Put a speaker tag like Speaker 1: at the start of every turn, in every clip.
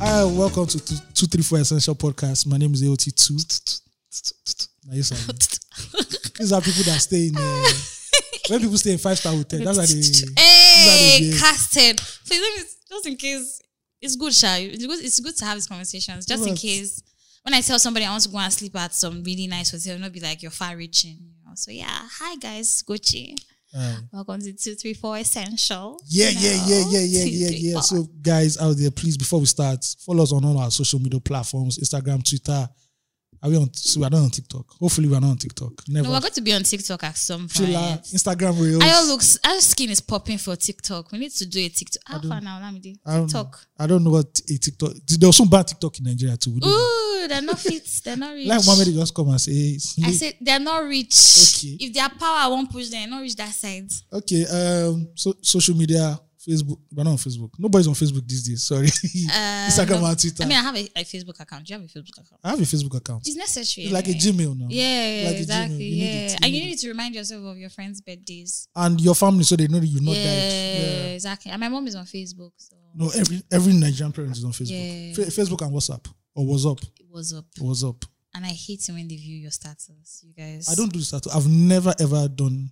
Speaker 1: Hi, welcome to two- 234 Essential Podcast. My name is AOT2. Now, yes, I know. These are people that stay in, uh, when people stay in five star hotel, that's how they,
Speaker 2: hey,
Speaker 1: behave.
Speaker 2: Carsten. Please let me just in case it's good, Sha. It's good, it's good to have these conversations. Just in
Speaker 1: Right.
Speaker 2: case when I tell somebody I want to go and sleep at some really nice hotel, not be like you're far reaching, you know. So yeah, hi guys, Gucci.
Speaker 1: uh,
Speaker 2: Welcome to two three four essential.
Speaker 1: yeah, yeah, yeah, yeah, yeah,
Speaker 2: Two,
Speaker 1: yeah,
Speaker 2: three,
Speaker 1: yeah.
Speaker 2: four.
Speaker 1: So, guys out there, please, before we start, follow us on all our social media platforms Instagram, Twitter. Are we on? So we're not on TikTok. Hopefully, we're not on TikTok. Never.
Speaker 2: no, we're going to be on TikTok at some point.
Speaker 1: Chilla, Instagram Reels.
Speaker 2: Our looks, our skin is popping for TikTok. We need to do a TikTok. How
Speaker 1: don't-
Speaker 2: far now, Lamidi?
Speaker 1: I don't know.
Speaker 2: TikTok.
Speaker 1: I don't know what a TikTok. There was some bad TikTok in Nigeria too. We don't know.
Speaker 2: Ooh, they're not fit. They're not rich.
Speaker 1: Like Mohammed just come and say,
Speaker 2: I said they're not rich.
Speaker 1: Okay.
Speaker 2: If their power I won't push them, not reach that side.
Speaker 1: Okay, um, so social media, Facebook. We're not on Facebook. Nobody's on Facebook these days. Sorry,
Speaker 2: Uh,
Speaker 1: Instagram
Speaker 2: no.
Speaker 1: and Twitter.
Speaker 2: I
Speaker 1: I,
Speaker 2: mean, I have a, a Facebook account. Do you have a Facebook account?
Speaker 1: have a Facebook account.
Speaker 2: It's necessary.
Speaker 1: It's like a
Speaker 2: anyway.
Speaker 1: Gmail now.
Speaker 2: Yeah,
Speaker 1: like a Gmail.
Speaker 2: exactly.
Speaker 1: You need
Speaker 2: yeah,
Speaker 1: it. You
Speaker 2: and you
Speaker 1: need
Speaker 2: need to remind yourself of your friends' birthdays.
Speaker 1: And your family, so they know that you've not
Speaker 2: yeah,
Speaker 1: died. Yeah.
Speaker 2: exactly. And my mom is on Facebook, so
Speaker 1: No, every every Nigerian parent is on Facebook.
Speaker 2: Yeah.
Speaker 1: Fa- Facebook and WhatsApp or WhatsApp,
Speaker 2: it was up.
Speaker 1: WhatsApp.
Speaker 2: And I hate it when they view your status, you guys.
Speaker 1: I don't do status. I've never ever done.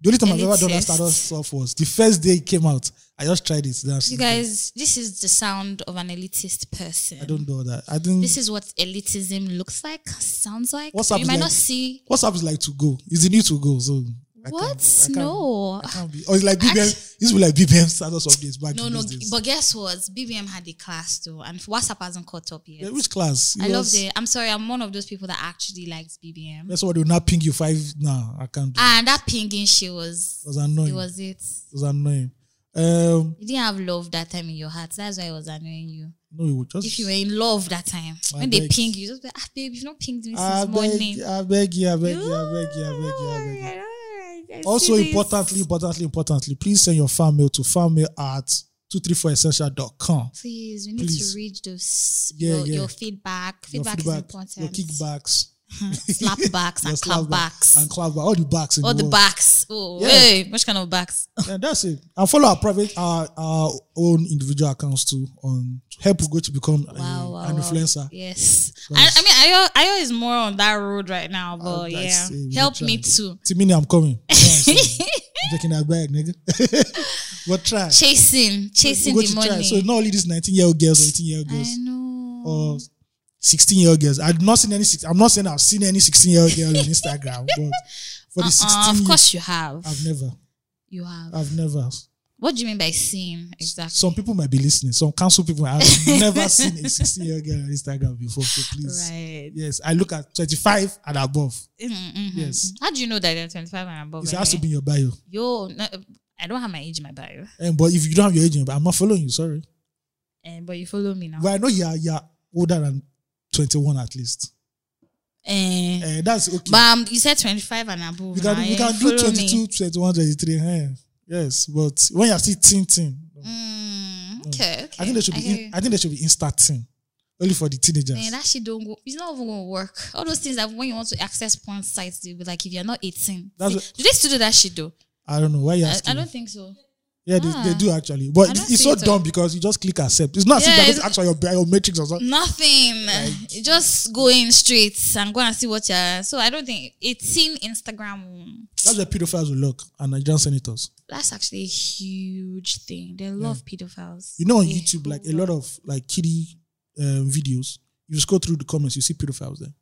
Speaker 1: The only time I've
Speaker 2: Any
Speaker 1: ever done that
Speaker 2: test?
Speaker 1: status stuff was the first day it came out. I just tried it. That's
Speaker 2: You guys, this is the sound of an elitist person.
Speaker 1: I don't do all that. I didn't.
Speaker 2: This is what elitism looks like, sounds like.
Speaker 1: WhatsApp
Speaker 2: you
Speaker 1: is
Speaker 2: might
Speaker 1: like-
Speaker 2: not see
Speaker 1: WhatsApp is like to go. It's the new to go. So I can't-
Speaker 2: what?
Speaker 1: I can't-
Speaker 2: no,
Speaker 1: I can't be. Or it's like BBM. This will like BBM status updates back.
Speaker 2: No,
Speaker 1: in
Speaker 2: no,
Speaker 1: those days.
Speaker 2: but guess what? BBM had a class though, and WhatsApp hasn't caught up yet.
Speaker 1: Yeah, which class?
Speaker 2: I
Speaker 1: It
Speaker 2: love
Speaker 1: was-
Speaker 2: it. I'm sorry, I'm one of those people that actually likes BBM.
Speaker 1: That's what they will not ping you five. Nah, I can't. Do. it.
Speaker 2: And that pinging she was,
Speaker 1: It was annoying.
Speaker 2: Ah, it
Speaker 1: It was,
Speaker 2: was it.
Speaker 1: annoying. Um,
Speaker 2: You didn't have love that time in your heart. That's why it was annoying you.
Speaker 1: no, it was just.
Speaker 2: If you were in love that time,
Speaker 1: I
Speaker 2: when they
Speaker 1: beg.
Speaker 2: ping you, just be like, ah, babe, you've not pinged me since
Speaker 1: I beg,
Speaker 2: morning.
Speaker 1: you, I beg you, I beg you, I
Speaker 2: Ooh,
Speaker 1: beg you, I beg you, I beg you.
Speaker 2: I see
Speaker 1: Also,
Speaker 2: this.
Speaker 1: importantly, importantly, importantly, please send your fan mail to fanmail at 234essential.com.
Speaker 2: Please, we need
Speaker 1: Please.
Speaker 2: to read those
Speaker 1: Yeah,
Speaker 2: your,
Speaker 1: yeah.
Speaker 2: your feedback. Feedback, is
Speaker 1: your
Speaker 2: important.
Speaker 1: kickbacks,
Speaker 2: Slapbacks
Speaker 1: your
Speaker 2: and clapbacks.
Speaker 1: and clapbacks, all the backs. in
Speaker 2: Or the
Speaker 1: world.
Speaker 2: backs. Oh,
Speaker 1: Yeah. Mm,
Speaker 2: hey, which kind of backs?
Speaker 1: Yeah, that's it. And follow our private, our, our own individual accounts too. On help go to become a-
Speaker 2: Wow, wow,
Speaker 1: an
Speaker 2: wow.
Speaker 1: influencer.
Speaker 2: Yes. I,
Speaker 1: Because-
Speaker 2: I mean, Ayo, Ayo is more on that road right now, but
Speaker 1: I'd like to
Speaker 2: yeah,
Speaker 1: say we
Speaker 2: help
Speaker 1: tried.
Speaker 2: me too.
Speaker 1: Timini, I'm coming. You know what I'm saying? I'm taking that bag, nigga. but try.
Speaker 2: Chasing, chasing
Speaker 1: We're
Speaker 2: the
Speaker 1: going to try.
Speaker 2: money.
Speaker 1: So not uh, only these 19 year old girls, or 18 year old
Speaker 2: I
Speaker 1: girls,
Speaker 2: know.
Speaker 1: or 16 year old girls. I've not seen any. Six, I'm not saying I've seen any 16 year old girl on Instagram, but for the
Speaker 2: uh-uh,
Speaker 1: 16,
Speaker 2: of course you have.
Speaker 1: I've never,
Speaker 2: you have.
Speaker 1: I've never.
Speaker 2: what do you mean by seeing exactly?
Speaker 1: Some people might be listening. Some council people. I've never seen a 16 year old girl on Instagram before. So please.
Speaker 2: Right.
Speaker 1: Yes, I look at 25 and above.
Speaker 2: Mm, mhm.
Speaker 1: Yes.
Speaker 2: How do you know that they're 25 and above?
Speaker 1: It has to
Speaker 2: anyway?
Speaker 1: be in your bio.
Speaker 2: Yo, no, I don't have my age in my bio,
Speaker 1: Um, but if you don't have your age, in your bio- I'm not following you. Sorry,
Speaker 2: Eh, but you follow me now.
Speaker 1: but I know you're you're older than 21 at least.
Speaker 2: Eh,
Speaker 1: Uh, that's okay.
Speaker 2: but um, you said 25 and above.
Speaker 1: you can
Speaker 2: now,
Speaker 1: you
Speaker 2: eh,
Speaker 1: can do
Speaker 2: follow me.
Speaker 1: 22, 21, 23. eh. Yes, but when you're still teen, teen,
Speaker 2: Mm, okay, okay.
Speaker 1: I think there should be
Speaker 2: hear you.
Speaker 1: in, I think there should be instant teen, only for the teenagers.
Speaker 2: Man, that shit don't go. It's not even gonna work. All those things that when you want to access porn sites, they'll be like, if you're not 18,
Speaker 1: That's
Speaker 2: See,
Speaker 1: what-
Speaker 2: do they still do that shit though?
Speaker 1: I don't know why you're
Speaker 2: I,
Speaker 1: asking.
Speaker 2: I don't think so.
Speaker 1: yeah, they,
Speaker 2: Ah.
Speaker 1: they do actually, but
Speaker 2: I don't
Speaker 1: it's
Speaker 2: see
Speaker 1: so
Speaker 2: it.
Speaker 1: dumb because you just click accept. It's not as
Speaker 2: Yeah,
Speaker 1: if they're
Speaker 2: it's-
Speaker 1: actually your biometrics or something.
Speaker 2: Nothing. You Just go in straight and go and see what you're. So I don't think 18 Instagram. mm,
Speaker 1: That's where pedophiles will look and Nigerian senators.
Speaker 2: That's actually a huge thing. They love pedophiles.
Speaker 1: You know on
Speaker 2: They
Speaker 1: YouTube, like a lot
Speaker 2: love-
Speaker 1: of like kiddie um, videos. You scroll through the comments, you see pedophiles there.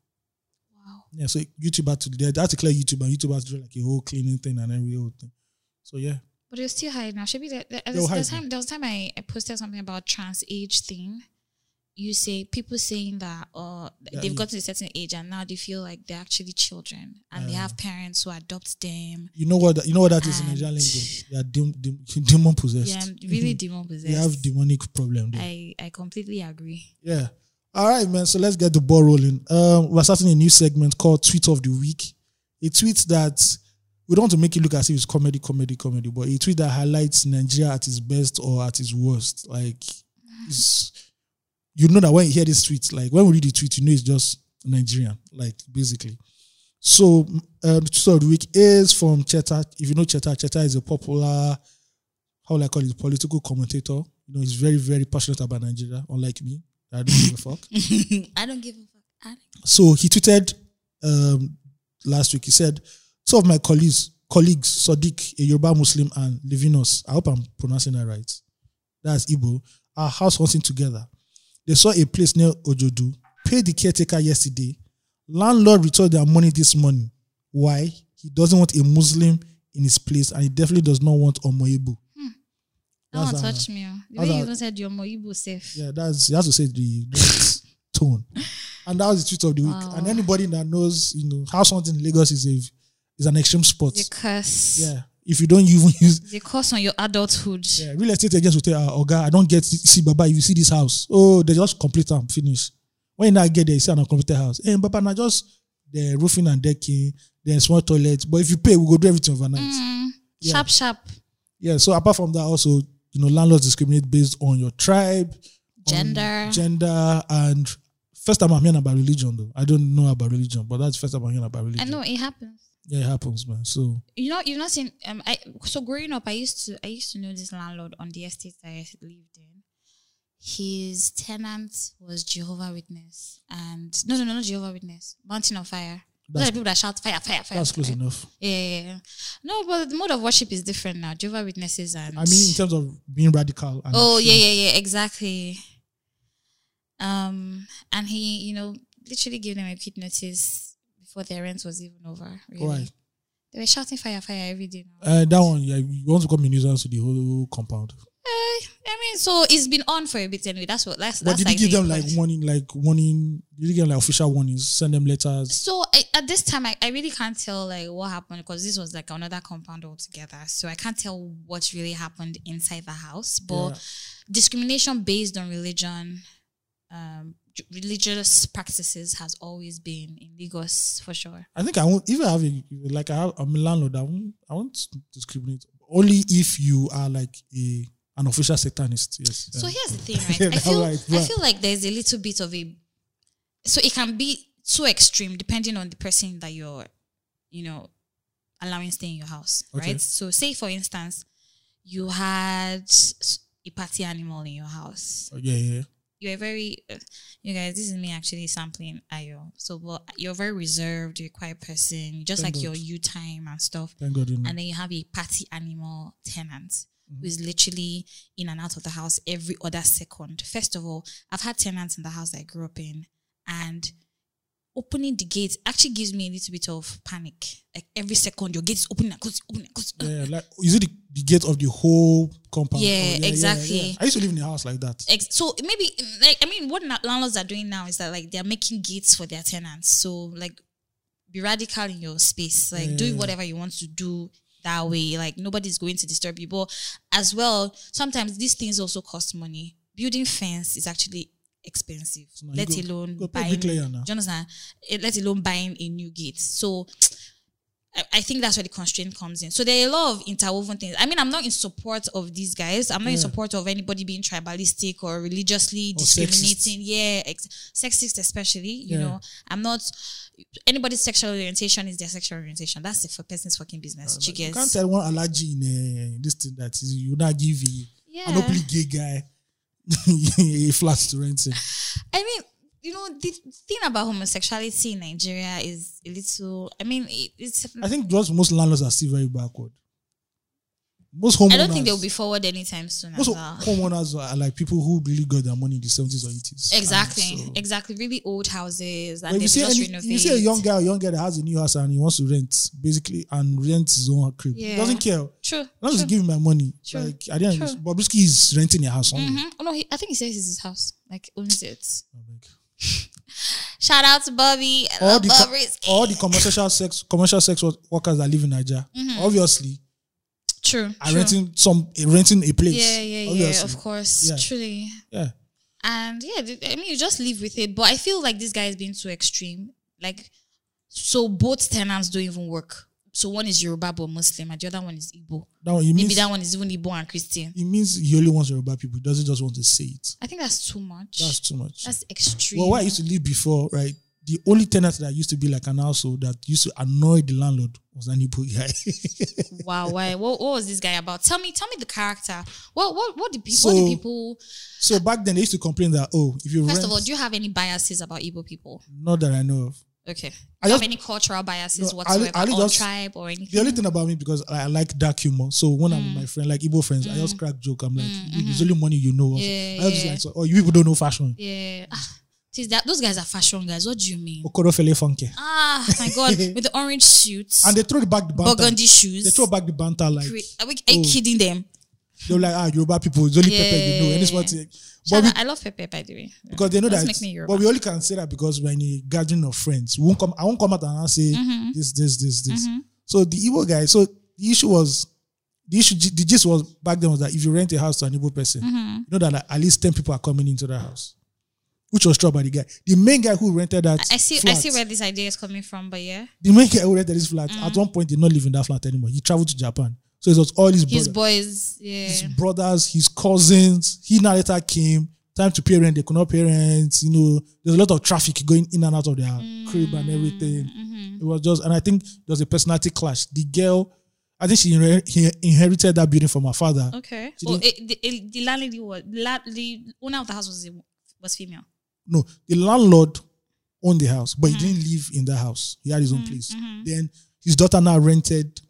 Speaker 2: Wow.
Speaker 1: Yeah, so YouTube had to they had to clear YouTube and YouTube had to do like a whole cleaning thing and every whole thing. So yeah,
Speaker 2: But it was still high now. Should be there, there,
Speaker 1: They'll
Speaker 2: there's- there's
Speaker 1: hide
Speaker 2: time, there was time I, I posted something about trans age thing. You say people saying that uh,
Speaker 1: Yeah,
Speaker 2: they've
Speaker 1: yeah.
Speaker 2: got to a certain age and now they feel like they're actually children and they
Speaker 1: Yeah.
Speaker 2: have parents who adopt them.
Speaker 1: you know what that, you know what that is in
Speaker 2: And-
Speaker 1: Nigerian language. They are dem, dem, demon possessed.
Speaker 2: Yeah, I'm really
Speaker 1: Mhm.
Speaker 2: demon
Speaker 1: They have
Speaker 2: possessed.
Speaker 1: demonic problem. There.
Speaker 2: I, I completely agree.
Speaker 1: Yeah. All right, man. So let's get the ball rolling. Um, we're starting a new segment called Tweet of the Week. A tweet that we don't want to make it look as if it's comedy, comedy, comedy, but a tweet that highlights Nigeria at its best or at its worst. Like, it's, you know that when you hear this tweet, like when we read the tweet, you know it's just Nigerian, like basically. So, um, tweet of the week is from Cheta. If you know Cheta, Cheta is a popular how will I call it, political commentator. You know, he's very, very passionate about Nigeria, unlike me. I don't give a fuck.
Speaker 2: I don't give a fuck. I
Speaker 1: So he tweeted um, last week. He said, two of my colleagues, colleagues Sadiq, a Yoruba Muslim, and Livinos, I hope I'm pronouncing that right. That's Igbo, are house hunting together. They saw a place near Ojodu, paid the caretaker yesterday. Landlord returned their money this morning. Why? He doesn't want a Muslim in his place and he definitely does not want Omoibu.
Speaker 2: That one
Speaker 1: That's a-
Speaker 2: touched me. oh. The
Speaker 1: that's
Speaker 2: way you
Speaker 1: a-
Speaker 2: even said you're more Igbo safe.
Speaker 1: Yeah, that's you have to say the that tone. And that was the tweet of the week.
Speaker 2: Wow.
Speaker 1: And anybody that knows, you know, house hunting in Lagos is a is an extreme sport.
Speaker 2: The curse.
Speaker 1: Yeah. If you don't even use
Speaker 2: The curse on your adulthood.
Speaker 1: yeah, real estate agents will tell oh Oga, I don't get see Baba, if you see this house. Oh, they just complete am finish. When you now get there, you see an uncompleted house. Hey, Baba, now just the roofing and decking, then small toilet. But if you pay, we go do everything overnight.
Speaker 2: Mm.
Speaker 1: Yeah.
Speaker 2: Sharp, sharp.
Speaker 1: Yeah. So apart from that, also, you know, landlords discriminate based on your tribe, on
Speaker 2: Gender.
Speaker 1: Um, gender, and first time I'm hearing about religion though. I don't know about religion, but that's the first time I'm hearing about
Speaker 2: I
Speaker 1: religion.
Speaker 2: know it happens.
Speaker 1: Yeah, it happens, man. So
Speaker 2: You know, you've not seen. Um, I so growing up, I used to, I used to know this landlord on the estate that I lived in. His tenant was Jehovah Witness, and no, no, no, not Jehovah Witness, Mountain of Fire. Those are
Speaker 1: That's-
Speaker 2: the people that shout fire, fire, fire.
Speaker 1: that's close
Speaker 2: fire.
Speaker 1: enough.
Speaker 2: Yeah, yeah, yeah. No, but the mode of worship is different now. Jehovah Witnesses and
Speaker 1: I mean, in terms of being radical. And
Speaker 2: Oh yeah, yeah, yeah, exactly. Um, and he, you know, literally gave them a quick notice before their rent was even over. Really,
Speaker 1: Right.
Speaker 2: they were shouting fire, fire every day. Now.
Speaker 1: Uh, that one, yeah, you want to come in nuisance to the whole compound.
Speaker 2: Eh, I mean, so it's been on for a bit anyway. That's what. That's.
Speaker 1: But
Speaker 2: that's
Speaker 1: did you
Speaker 2: like
Speaker 1: give
Speaker 2: the
Speaker 1: them like
Speaker 2: point.
Speaker 1: warning, like warning? Did you give them like official warnings? Send them letters.
Speaker 2: So I, at this time, I, I really can't tell like what happened because this was like another compound altogether. So I can't tell what really happened inside the house. But
Speaker 1: Yeah.
Speaker 2: discrimination based on religion, um, j- religious practices has always been in Lagos for sure.
Speaker 1: I think I won't even have a like I have, I'm a landlord. I won't I won't discriminate only if you are like a an official satanist. Yes.
Speaker 2: So
Speaker 1: Yeah.
Speaker 2: here's the thing, right?
Speaker 1: Yeah,
Speaker 2: I feel
Speaker 1: right,
Speaker 2: I
Speaker 1: right.
Speaker 2: feel like there's a little bit of a so it can be too extreme depending on the person that you're, you know, allowing stay in your house,
Speaker 1: Okay.
Speaker 2: right? So say for instance, you had s- a party animal in your house,
Speaker 1: Oh, yeah, yeah.
Speaker 2: you're very uh, you guys this is me actually sampling ayo so well you're very reserved you're a quiet person you just
Speaker 1: Thank
Speaker 2: like your
Speaker 1: God.
Speaker 2: you time and stuff
Speaker 1: Thank God. You know.
Speaker 2: and then you have a party animal tenant who is literally in and out of the house every other second first of all i've had tenants in the house that i grew up in and opening the gate actually gives me a little bit of panic like every second your gate is opening and closing opening and closing
Speaker 1: yeah, like is it the, the gate of the whole compound? Oh,
Speaker 2: Yeah, exactly.
Speaker 1: I used to live in a house like that.
Speaker 2: Ex- so maybe like I mean, what na- landlords are doing now is that like they're making gates for their tenants. So like, be radical in your space. Like, do
Speaker 1: Yeah.
Speaker 2: whatever you want to do that way. Like nobody's going to disturb you. But as well, sometimes these things also cost money. Building fence is actually expensive.
Speaker 1: now you
Speaker 2: let
Speaker 1: go-
Speaker 2: alone
Speaker 1: go pay
Speaker 2: buying. Do
Speaker 1: bricklayer
Speaker 2: you
Speaker 1: now.
Speaker 2: understand? Eh, Let alone buying a new gate. So. I- I think that's where the constraint comes in. So there are a lot of interwoven things. I mean, I'm not in support of these guys. I'm not in
Speaker 1: Yeah.
Speaker 2: support of anybody being tribalistic or religiously
Speaker 1: Or sexist.
Speaker 2: discriminating. Yeah, ex- sexist especially. You
Speaker 1: Yeah.
Speaker 2: know, I'm not anybody's sexual orientation is their sexual orientation. That's the for person's fucking business.
Speaker 1: Like, Uh, you
Speaker 2: Chickens.
Speaker 1: can't tell one allergy in uh, this thing that is, you not give a,
Speaker 2: yeah.
Speaker 1: an openly gay guy a flat to rent. in.
Speaker 2: I mean, you know, the thing about homosexuality in Nigeria is a little. I mean, it, it's.
Speaker 1: I think just most landlords are still very backward. Most homeowners.
Speaker 2: I don't think they'll be forward anytime soon. As
Speaker 1: Most
Speaker 2: well.
Speaker 1: homeowners are like people who really got their money in the seventies or eighties.
Speaker 2: Exactly, exactly. Really old houses, and
Speaker 1: if you
Speaker 2: they
Speaker 1: see
Speaker 2: just
Speaker 1: any, if
Speaker 2: renovate.
Speaker 1: you see a young guy, or young guy that has a new house and he wants to rent, basically, and rents his own crib, he
Speaker 2: Yeah.
Speaker 1: doesn't care.
Speaker 2: True.
Speaker 1: I'm
Speaker 2: true.
Speaker 1: just giving my money.
Speaker 2: True.
Speaker 1: Like I didn't.
Speaker 2: True.
Speaker 1: Bobrisky is renting a house. Only.
Speaker 2: Mm-hmm. Oh, no, he, I think he says it's his house, like owns it.
Speaker 1: I'm like,
Speaker 2: Shout out to Bobby. I
Speaker 1: all
Speaker 2: love
Speaker 1: the
Speaker 2: Bob
Speaker 1: co-
Speaker 2: Risky.
Speaker 1: all the commercial sex commercial sex work- workers that live in Nigeria, obviously,
Speaker 2: True.
Speaker 1: are
Speaker 2: Mm-hmm. true.
Speaker 1: renting some eh, renting a place.
Speaker 2: Yeah, yeah, yeah.
Speaker 1: obviously.
Speaker 2: Of course,
Speaker 1: Yeah.
Speaker 2: truly.
Speaker 1: Yeah.
Speaker 2: And yeah, th- I mean, you just live with it. But I feel like this guy is being too extreme. Like, so both tenants don't even work. So one is Yoruba but Muslim, and the other one is Igbo.
Speaker 1: That one, it
Speaker 2: Maybe
Speaker 1: means
Speaker 2: that one is even Igbo and Christian.
Speaker 1: it means he only wants Yoruba people. He doesn't just want to say it.
Speaker 2: I think that's too much.
Speaker 1: That's
Speaker 2: That's,
Speaker 1: too much.
Speaker 2: extreme.
Speaker 1: well, where I used to live before, right? the only tenant that used to be like an household that used to annoy the landlord was an Igbo guy.
Speaker 2: Wow, why? What, what was this guy about? Tell me, tell me the character. What what what did people?
Speaker 1: So-
Speaker 2: what did people?
Speaker 1: so back then they used to complain that oh, if you
Speaker 2: First
Speaker 1: rent,
Speaker 2: of all, do you have any biases about Igbo people?
Speaker 1: not that I know of.
Speaker 2: Okay, do
Speaker 1: I
Speaker 2: you
Speaker 1: just-
Speaker 2: have any cultural biases
Speaker 1: No, I li-
Speaker 2: whatsoever
Speaker 1: I li-
Speaker 2: or
Speaker 1: just-
Speaker 2: tribe or anything?
Speaker 1: The only thing about me because I, I like dark humor. So when
Speaker 2: Mm.
Speaker 1: I'm with my friend, like Igbo friends, I just crack joke. I'm like, it's only money you know.
Speaker 2: Yeah,
Speaker 1: I was just
Speaker 2: yeah.
Speaker 1: like, so, oh, you people don't know fashion.
Speaker 2: Yeah, Ah, Tis that those guys are fashion guys. What do you mean?
Speaker 1: Okorofele funke.
Speaker 2: Ah, my god, with the orange suits,
Speaker 1: Oh. And they throw back the banter.
Speaker 2: burgundy shoes.
Speaker 1: They throw back the banter like
Speaker 2: Cre- Are, we, are you
Speaker 1: Oh.
Speaker 2: kidding them?
Speaker 1: they're like ah Yoruba people. It's only pepper you know. And it's
Speaker 2: Yeah.
Speaker 1: what they- but
Speaker 2: Shout
Speaker 1: we,
Speaker 2: out- I love Pepe, by the way.
Speaker 1: because they know
Speaker 2: Doesn't
Speaker 1: that.
Speaker 2: make me Yoruba.
Speaker 1: but we only can say that because we're in a gathering of friends. We won't come. I won't come out and I'll say
Speaker 2: Mm-hmm.
Speaker 1: this, this, this, this. So the Igbo guy. So the issue was. The issue, the gist was back then was that if you rent a house to an Igbo person,
Speaker 2: Mm-hmm.
Speaker 1: you know that like, at least 10 people are coming into that house, which was true by the guy. The main guy who rented that
Speaker 2: I see. I
Speaker 1: flat-
Speaker 2: see where Mm-hmm. this idea is coming from, but yeah,
Speaker 1: the main guy who rented this flat, at one point, did not live in that flat anymore. He traveled to Japan. So it was all his, brothers.
Speaker 2: his boys. Yeah.
Speaker 1: his brothers, his cousins. He now later came. Time to pay rent, they could not pay rent. You know, there's a lot of traffic going in and out of their crib and everything.
Speaker 2: Mm-hmm. Mm.
Speaker 1: It was just, and I think there was a personality clash. The girl, I think she inher- he inherited that building from her father.
Speaker 2: Okay.
Speaker 1: She
Speaker 2: Oh, it, the, it, the landlady was la, the owner of the house was a- was female.
Speaker 1: No, the landlord owned the house, but
Speaker 2: Mm.
Speaker 1: he didn't live in the house. He had his own place.
Speaker 2: mm-hmm.
Speaker 1: Then his daughter now rented,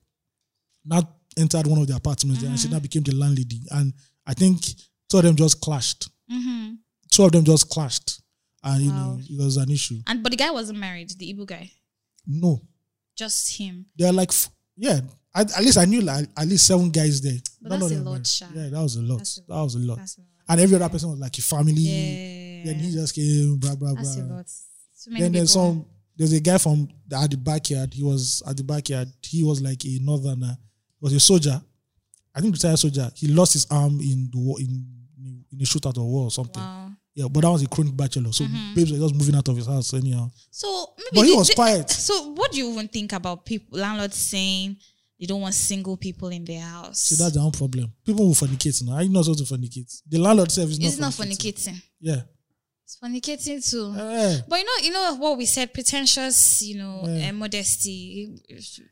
Speaker 1: now entered one of the apartments there, and
Speaker 2: Mm-hmm.
Speaker 1: she now became the landlady. And I think two of them just clashed.
Speaker 2: Mm-hmm.
Speaker 1: two of them just clashed and you
Speaker 2: Wow.
Speaker 1: know it was an issue
Speaker 2: And but the guy wasn't married. The Igbo guy,
Speaker 1: no
Speaker 2: just him.
Speaker 1: they're like f- yeah at, at least i knew like at least seven guys there
Speaker 2: But
Speaker 1: None of
Speaker 2: that's a
Speaker 1: them
Speaker 2: lot,
Speaker 1: married.
Speaker 2: sha.
Speaker 1: yeah that was a lot
Speaker 2: That's a-
Speaker 1: that was a lot
Speaker 2: That's a lot.
Speaker 1: and every other person was like a family
Speaker 2: Yeah.
Speaker 1: then he just came blah blah
Speaker 2: That's a
Speaker 1: blah
Speaker 2: lot. Too many
Speaker 1: then
Speaker 2: people.
Speaker 1: there's some there's a guy from the, at the backyard he was at the backyard he was like a northerner he was a soldier i think retired soldier he lost his arm in the war in in a shootout or war or something
Speaker 2: Wow. Mm-hmm.
Speaker 1: yeah but that was a chronic bachelor so babes were just moving out of his house anyhow
Speaker 2: So maybe
Speaker 1: But he
Speaker 2: the-
Speaker 1: was
Speaker 2: the-
Speaker 1: quiet.
Speaker 2: So what do you even think about people landlords saying they don't want single people in their house?
Speaker 1: So that's their own problem. People will fornicate now. Are you not supposed to fornicate? The landlord self is not.
Speaker 2: it's not
Speaker 1: fornicating.
Speaker 2: fornicating.
Speaker 1: Yeah.
Speaker 2: It's fornicating too.
Speaker 1: Eh,
Speaker 2: But you know, you know what we said: pretentious, you know,
Speaker 1: Yeah.
Speaker 2: and modesty,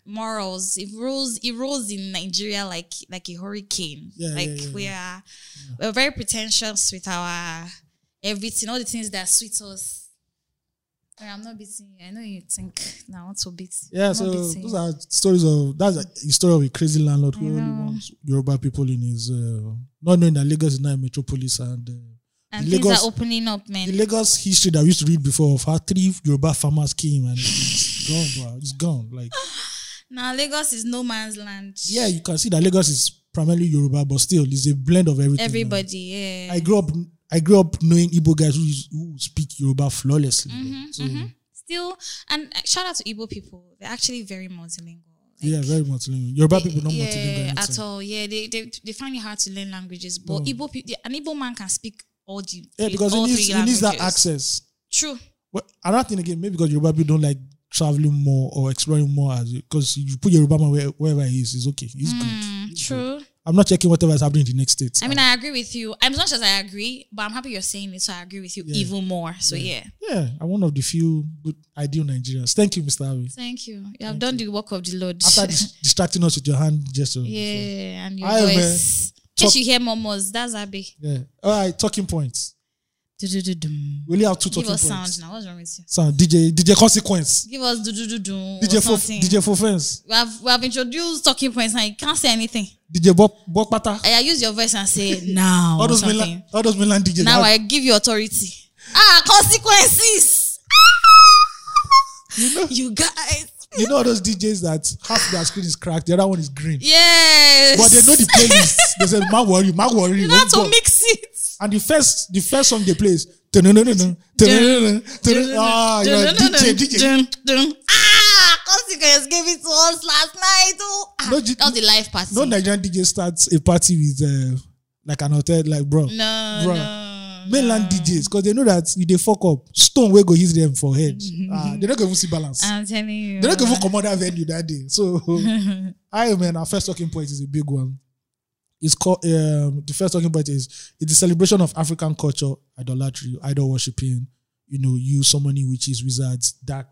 Speaker 2: morals. It rolls, it rolls in Nigeria like like a hurricane.
Speaker 1: Yeah, yeah,
Speaker 2: like
Speaker 1: yeah,
Speaker 2: we are, we're very pretentious with our everything, all the things that sweet us. Sorry, I'm not beating you. I know you think now I want to beat. you.
Speaker 1: yeah.
Speaker 2: I'm
Speaker 1: So
Speaker 2: not beating
Speaker 1: those
Speaker 2: you.
Speaker 1: are stories of that's a story of a crazy landlord who
Speaker 2: I
Speaker 1: only
Speaker 2: know.
Speaker 1: wants Yoruba people in his uh, not knowing that Lagos is now a metropolis and. Uh,
Speaker 2: and
Speaker 1: the
Speaker 2: things
Speaker 1: Lagos-
Speaker 2: are opening up, man.
Speaker 1: the Lagos history that we used to read before of how three Yoruba farmers came and it's gone, bro. It's gone. Like,
Speaker 2: now Lagos is no man's land.
Speaker 1: yeah, you can see that Lagos is primarily Yoruba, but still, it's a blend of everything. now.
Speaker 2: everybody. Yeah,
Speaker 1: I grew up. I grew up knowing Igbo guys who, is- who speak Yoruba flawlessly.
Speaker 2: Mm-hmm,
Speaker 1: so
Speaker 2: still. And uh, shout out to Igbo people. They're actually very multilingual. Like,
Speaker 1: yeah, very multilingual. Yoruba people don't
Speaker 2: yeah,
Speaker 1: multilingual
Speaker 2: at
Speaker 1: anything.
Speaker 2: all. Yeah, they, they they find it hard to learn languages, but Igbo people, an Igbo man can speak all the
Speaker 1: Mm. Yeah, because
Speaker 2: all
Speaker 1: it needs,
Speaker 2: three
Speaker 1: it needs that
Speaker 2: languages.
Speaker 1: access.
Speaker 2: True.
Speaker 1: Well, another thing again, maybe because Yoruba people don't like traveling more or exploring more, as because you put Yoruba man where, wherever he is, it's okay, it's
Speaker 2: Mm,
Speaker 1: good. It's good.
Speaker 2: true.
Speaker 1: I'm not checking whatever is happening in the next state.
Speaker 2: I mean, I agree with you. I'm not sure as I agree, but I'm happy you're saying it, so I agree with you
Speaker 1: Yeah.
Speaker 2: even more. So yeah.
Speaker 1: yeah, I'm one of the few good ideal Nigerians. Thank you, Mr. Awi.
Speaker 2: Thank you. You have done the work of the Lord.
Speaker 1: After dis- distracting us with your hand gesture. before.
Speaker 2: yeah, and your
Speaker 1: I am, uh,
Speaker 2: voice. In case
Speaker 1: talk-
Speaker 2: you hear murmurs, that's Abby.
Speaker 1: Yeah. All right, talking points.
Speaker 2: Du-du-du-dum.
Speaker 1: We only have two
Speaker 2: Give
Speaker 1: talking
Speaker 2: us
Speaker 1: points.
Speaker 2: sound now. What's wrong with you?
Speaker 1: sound DJ DJ consequence
Speaker 2: Give us do do do do.
Speaker 1: DJ for
Speaker 2: something.
Speaker 1: DJ for fans
Speaker 2: We have we have introduced talking points and you can't say anything.
Speaker 1: DJ Bob Bob Pata
Speaker 2: I I use your voice and say now
Speaker 1: all
Speaker 2: or
Speaker 1: those
Speaker 2: something.
Speaker 1: mainland all those mainland DJs
Speaker 2: Now
Speaker 1: have-
Speaker 2: I give you authority. Ah, consequences.
Speaker 1: you know
Speaker 2: You guys.
Speaker 1: you know all those DJs that half their screen is cracked the other one is green
Speaker 2: Yes.
Speaker 1: but they know the playlist they say man worry man worry
Speaker 2: You know how to
Speaker 1: won't go."
Speaker 2: mix it.
Speaker 1: and the first the first song they play is "Tun-nun-nun-nun, tun-nun-nun-nun, tun-nun-nun." ah you're a DJ DJ
Speaker 2: Dun, dun. Ah, consequence gave it to us last night. Oh. Ah,
Speaker 1: No,
Speaker 2: that
Speaker 1: G-
Speaker 2: was the live party.
Speaker 1: no Nigerian DJ starts a party with uh, like an hotel like bro
Speaker 2: no,
Speaker 1: Bruh.
Speaker 2: no.
Speaker 1: mainland DJs because they know that if they fuck up stone will go hit them for head ah they don't go even see balance
Speaker 2: I'm telling you.
Speaker 1: They don't even come out that venue that day. So, I man, our first talking point is a big one. It's called um, the first talking point is it's the celebration of African culture, idolatry, idol worshiping, you know, you summoning witches, wizards, dark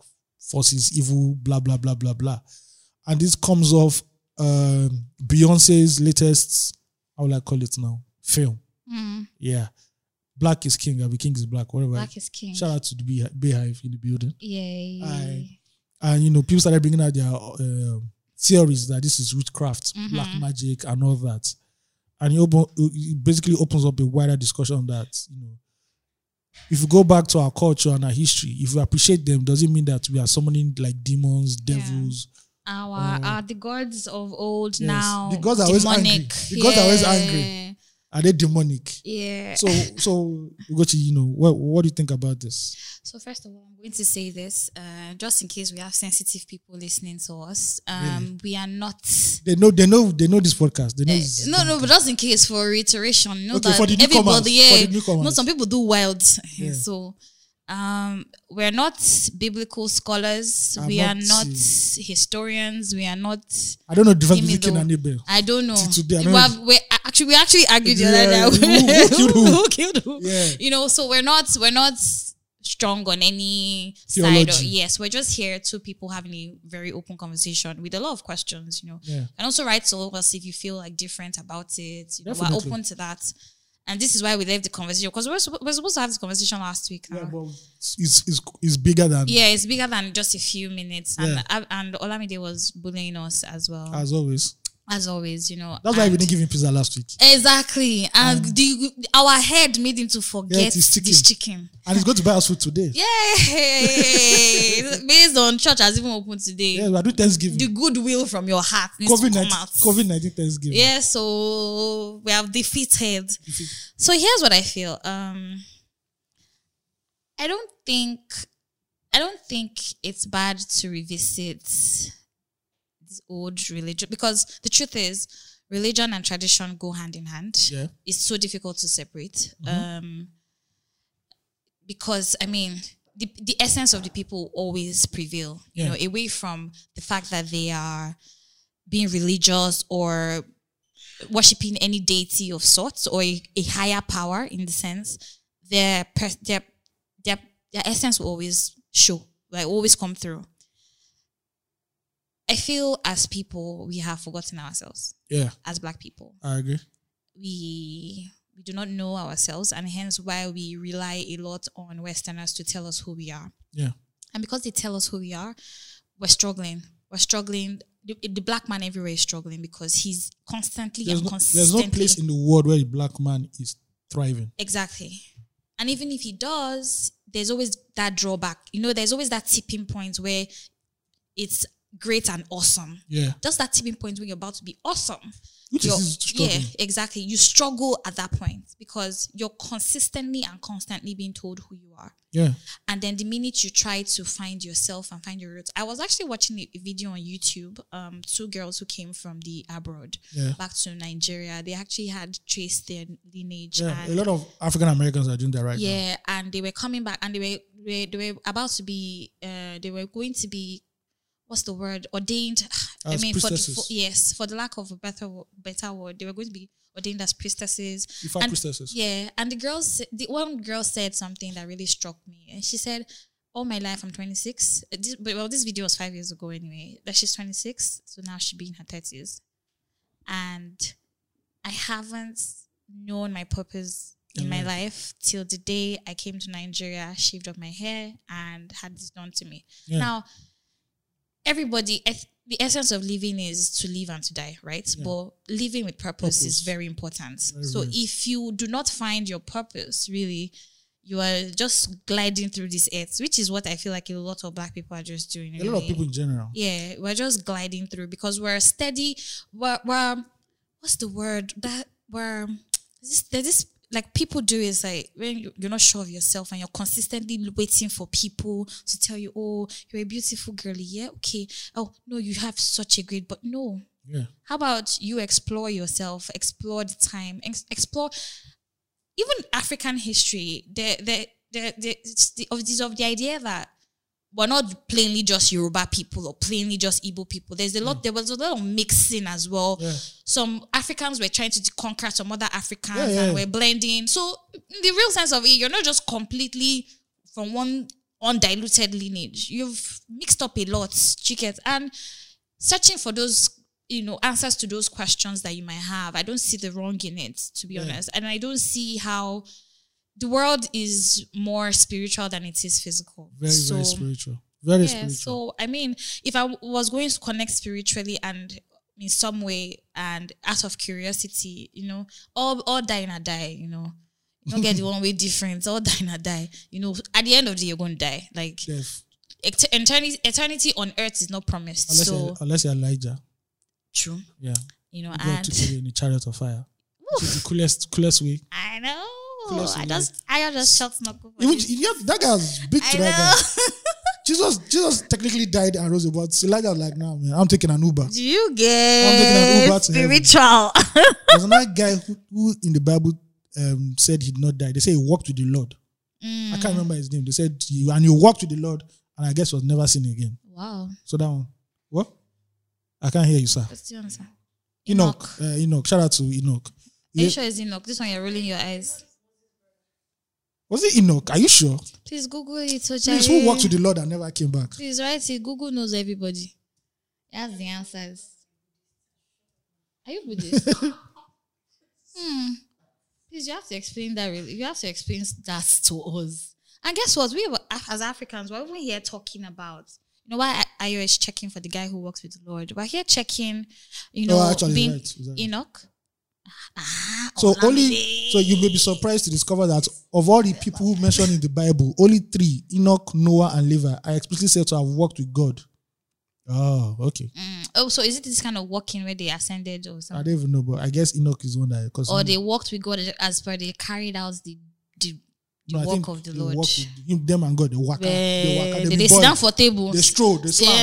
Speaker 1: forces, evil, blah, blah, blah, blah, blah. And this comes off um, Beyonce's latest, how will I call it now? Film.
Speaker 2: Mm.
Speaker 1: Yeah. Black is king, I mean, king is black, whatever.
Speaker 2: Black is king.
Speaker 1: Shout out to the Bee- Beehive in the building.
Speaker 2: Yay.
Speaker 1: Aye. And, you know, people started bringing out their um theories that this is witchcraft,
Speaker 2: Mhm.
Speaker 1: black magic, and all that. And it, open, it basically opens up a wider discussion that, you know, if you go back to our culture and our history, if we appreciate them, doesn't mean that we are summoning like demons,
Speaker 2: Yeah.
Speaker 1: devils.
Speaker 2: Our
Speaker 1: Oh.
Speaker 2: are the gods of old
Speaker 1: Yes.
Speaker 2: now.
Speaker 1: The gods are always angry.
Speaker 2: demonic.
Speaker 1: The gods are always angry. Are they demonic?
Speaker 2: Yeah.
Speaker 1: So, so Ugochi, you know, what what do you think about this?
Speaker 2: So first of all, I'm going to say this, uh, just in case we have sensitive people listening to us. Um, We are not.
Speaker 1: They know, they know, they know this podcast. They know. this is
Speaker 2: Eh, No,
Speaker 1: bad.
Speaker 2: no, but just in case for reiteration, know
Speaker 1: Okay,
Speaker 2: that
Speaker 1: for the newcomers,
Speaker 2: everybody,
Speaker 1: for
Speaker 2: yeah,
Speaker 1: the newcomers.
Speaker 2: no, some people do wild.
Speaker 1: Yeah.
Speaker 2: So, um, we're not biblical scholars.
Speaker 1: I'm
Speaker 2: we
Speaker 1: not
Speaker 2: are not
Speaker 1: seeing-
Speaker 2: historians. We are not.
Speaker 1: I don't know the difference
Speaker 2: Give me
Speaker 1: between Cain
Speaker 2: the-
Speaker 1: and Abel.
Speaker 2: I don't know.
Speaker 1: Till today, I
Speaker 2: we
Speaker 1: don't-
Speaker 2: have, we actually we actually argued the
Speaker 1: Yeah,
Speaker 2: other day.
Speaker 1: who- who killed who?
Speaker 2: who killed who?
Speaker 1: Yeah.
Speaker 2: you know so we're not we're not strong on any side or
Speaker 1: Theology.
Speaker 2: yes we're just here two people having a very open conversation with a lot of questions you know
Speaker 1: Yeah.
Speaker 2: and also write to us if you feel like different about it you know, we're
Speaker 1: Definitely.
Speaker 2: open to that and this is why we left the conversation because we were, supp- we were supposed to have this conversation last week now.
Speaker 1: Yeah, but it's, it's, it's bigger than
Speaker 2: yeah, it's bigger than just a few minutes, and
Speaker 1: Yeah.
Speaker 2: uh, and Olamide was bullying us as well as,
Speaker 1: as always.
Speaker 2: always, you know.
Speaker 1: That's why we Mm.
Speaker 2: and-
Speaker 1: didn't give him pizza last week.
Speaker 2: exactly, and the, our head made him to forget
Speaker 1: his chicken.
Speaker 2: this chicken.
Speaker 1: And he's going to buy us food today.
Speaker 2: Yay! Based on church has even opened today.
Speaker 1: Yeah, we are doing Thanksgiving.
Speaker 2: The goodwill from your heart needs
Speaker 1: COVID
Speaker 2: to come
Speaker 1: nineteen
Speaker 2: out.
Speaker 1: COVID nineteen Thanksgiving.
Speaker 2: Yeah, so we have defeated. So here's what I feel. Um I don't think I don't think it's bad to revisit this old religion because the truth is religion and tradition go hand in hand
Speaker 1: Yeah.
Speaker 2: it's so difficult to separate um, because I mean the, the essence of the people always prevail
Speaker 1: Yeah.
Speaker 2: you know away from the fact that they are being religious or worshipping any deity of sorts or a, a higher power in the sense their pers- their their their essence will always show like always come through I feel as people we have forgotten ourselves
Speaker 1: Yeah,
Speaker 2: as black people
Speaker 1: I agree.
Speaker 2: we we do not know ourselves and hence why we rely a lot on westerners to tell us who we are
Speaker 1: Yeah.
Speaker 2: and because they tell us who we are we're struggling we're struggling the, the black man everywhere is struggling because he's constantly
Speaker 1: There's
Speaker 2: and
Speaker 1: no, there's
Speaker 2: consistently
Speaker 1: no place in the world where a black man is thriving.
Speaker 2: exactly and even if he does there's always that drawback you know there's always that tipping point where it's great and awesome
Speaker 1: Yeah.
Speaker 2: just that tipping point when you're about to be awesome
Speaker 1: Which
Speaker 2: you're-
Speaker 1: is struggling.
Speaker 2: Yeah, exactly. You struggle at that point because you're consistently and constantly being told who you are.
Speaker 1: Yeah.
Speaker 2: And then the minute you try to find yourself and find your roots, I was actually watching a video on YouTube. Um, two girls who came from the abroad
Speaker 1: Yeah.
Speaker 2: back to Nigeria. They actually had traced their lineage.
Speaker 1: Yeah.
Speaker 2: and
Speaker 1: A lot of African Americans are doing that right now.
Speaker 2: yeah, and they were coming back, and they were they, they were about to be, uh, they were going to be, what's the word, ordained. I
Speaker 1: As
Speaker 2: mean, for, the, for
Speaker 1: priestesses.
Speaker 2: yes, for the lack of a better wo- better word, they were going to be ordained as priestesses.
Speaker 1: If I
Speaker 2: And-
Speaker 1: priestesses.
Speaker 2: Yeah, and the girls, the one girl said something that really struck me, and she said, "All my life, I'm 26. Uh, This, but well, this video was five years ago anyway. That she's 26, so now she'd be in her 30s, and I haven't known my purpose." In
Speaker 1: In
Speaker 2: my life, till the day I came to Nigeria, shaved off my hair, and had this done to me.
Speaker 1: Yeah.
Speaker 2: Now, everybody, I th- the essence of living is to live and to die, right?
Speaker 1: Yeah.
Speaker 2: But living with purpose, is
Speaker 1: Purpose.
Speaker 2: very important.
Speaker 1: Very,
Speaker 2: so
Speaker 1: very.
Speaker 2: if you do not find your purpose, really, you are just gliding through this earth, which is what I feel like a lot of black people are just doing.
Speaker 1: A lot of
Speaker 2: really.
Speaker 1: people in general.
Speaker 2: Yeah, we're just gliding through because we're steady. We're, we're what's the word that we're this, there's this like people do is like when you- you're not sure of yourself and you're consistently waiting for people to tell you, oh, you're a beautiful girl. Yeah, okay. Oh no, you have such a great, but no.
Speaker 1: Yeah.
Speaker 2: How about you explore yourself, explore the time, ex- explore even African history. The the the, the, it's the of this of the idea that we're not plainly just Yoruba people or plainly just Igbo people. There's a lot. There was a lot of mixing as well.
Speaker 1: Yeah.
Speaker 2: Some Africans were trying to conquer some other Africans
Speaker 1: Yeah, yeah,
Speaker 2: and
Speaker 1: yeah.
Speaker 2: were blending. So in the real sense of it, you're not just completely from one undiluted lineage. You've mixed up a lot, chickens, and searching for those, you know, answers to those questions that you might have. I don't see the wrong in it, to be
Speaker 1: Yeah.
Speaker 2: honest, and I don't see how the world is more spiritual than it is physical.
Speaker 1: Very, very
Speaker 2: So-
Speaker 1: spiritual. Very
Speaker 2: yeah,
Speaker 1: spiritual.
Speaker 2: so I mean, if I w- was going to connect spiritually and in some way and out of curiosity, you know, all all die and die, you know. You don't get the one way difference, all die and die. You know, at the end of the day you're gonna die. Like
Speaker 1: Death.
Speaker 2: et- eternity eternity on earth is not promised.
Speaker 1: Unless,
Speaker 2: so
Speaker 1: you're, unless you're Elijah.
Speaker 2: true.
Speaker 1: Yeah.
Speaker 2: You know,
Speaker 1: God
Speaker 2: and
Speaker 1: took you in a chariot of fire. Which is the coolest, coolest way.
Speaker 2: I know.
Speaker 1: Close
Speaker 2: I
Speaker 1: enough.
Speaker 2: just I just shot my good
Speaker 1: Even,
Speaker 2: buddies.
Speaker 1: yeah, that guy's big
Speaker 2: I
Speaker 1: to that guy.
Speaker 2: know.
Speaker 1: Jesus, Jesus technically died and rose about. So Elijah was like, nah, man, I'm taking an Uber.
Speaker 2: Do you
Speaker 1: an Uber
Speaker 2: get
Speaker 1: to heaven.
Speaker 2: spiritual?
Speaker 1: There's another guy who, who in the Bible um, said he'd not die. They say he walked with the Lord.
Speaker 2: Mm,
Speaker 1: I can't remember his name. They said, you, and you walked with the Lord, and I guess was never seen again.
Speaker 2: wow.
Speaker 1: So that one. What? I can't hear you, sir.
Speaker 2: What's the answer?
Speaker 1: Enoch. Enoch. Uh, Enoch. Shout out to Enoch.
Speaker 2: Are you
Speaker 1: Yeah.
Speaker 2: sure it's Enoch? This one you're rolling your eyes.
Speaker 1: Was it Enoch? Are you sure?
Speaker 2: Please Google it. So
Speaker 1: Please, who walked with the Lord and never came back?
Speaker 2: Please write it. Google knows everybody. That's the answers. Are you Buddhist? hmm. Please, you have to explain that. Really, you have to explain that to us. And guess what? We were Af- as Africans, we're even here talking about. You know why I- Ayo is checking for the guy who works with the Lord? We're here checking. You
Speaker 1: No,
Speaker 2: know,
Speaker 1: Oh, actually,
Speaker 2: being
Speaker 1: right, he's right.
Speaker 2: Enoch. Ah,
Speaker 1: So only
Speaker 2: Olamide.
Speaker 1: so you may be surprised to discover that of all the people who mentioned in the Bible, only three Enoch, Noah, and Levi are explicitly said to have walked with God. Oh, okay.
Speaker 2: Mm. Oh, so is it this kind of walking where they ascended or
Speaker 1: I
Speaker 2: something?
Speaker 1: don't even know, but I guess Enoch is one that because
Speaker 2: Or they walked with God as per they carried out the the, the work of the Lord.
Speaker 1: him, them and God, they walk. They
Speaker 2: Where
Speaker 1: walk.
Speaker 2: they, they sit down for table.
Speaker 1: They stroll. They slap.
Speaker 2: yeah.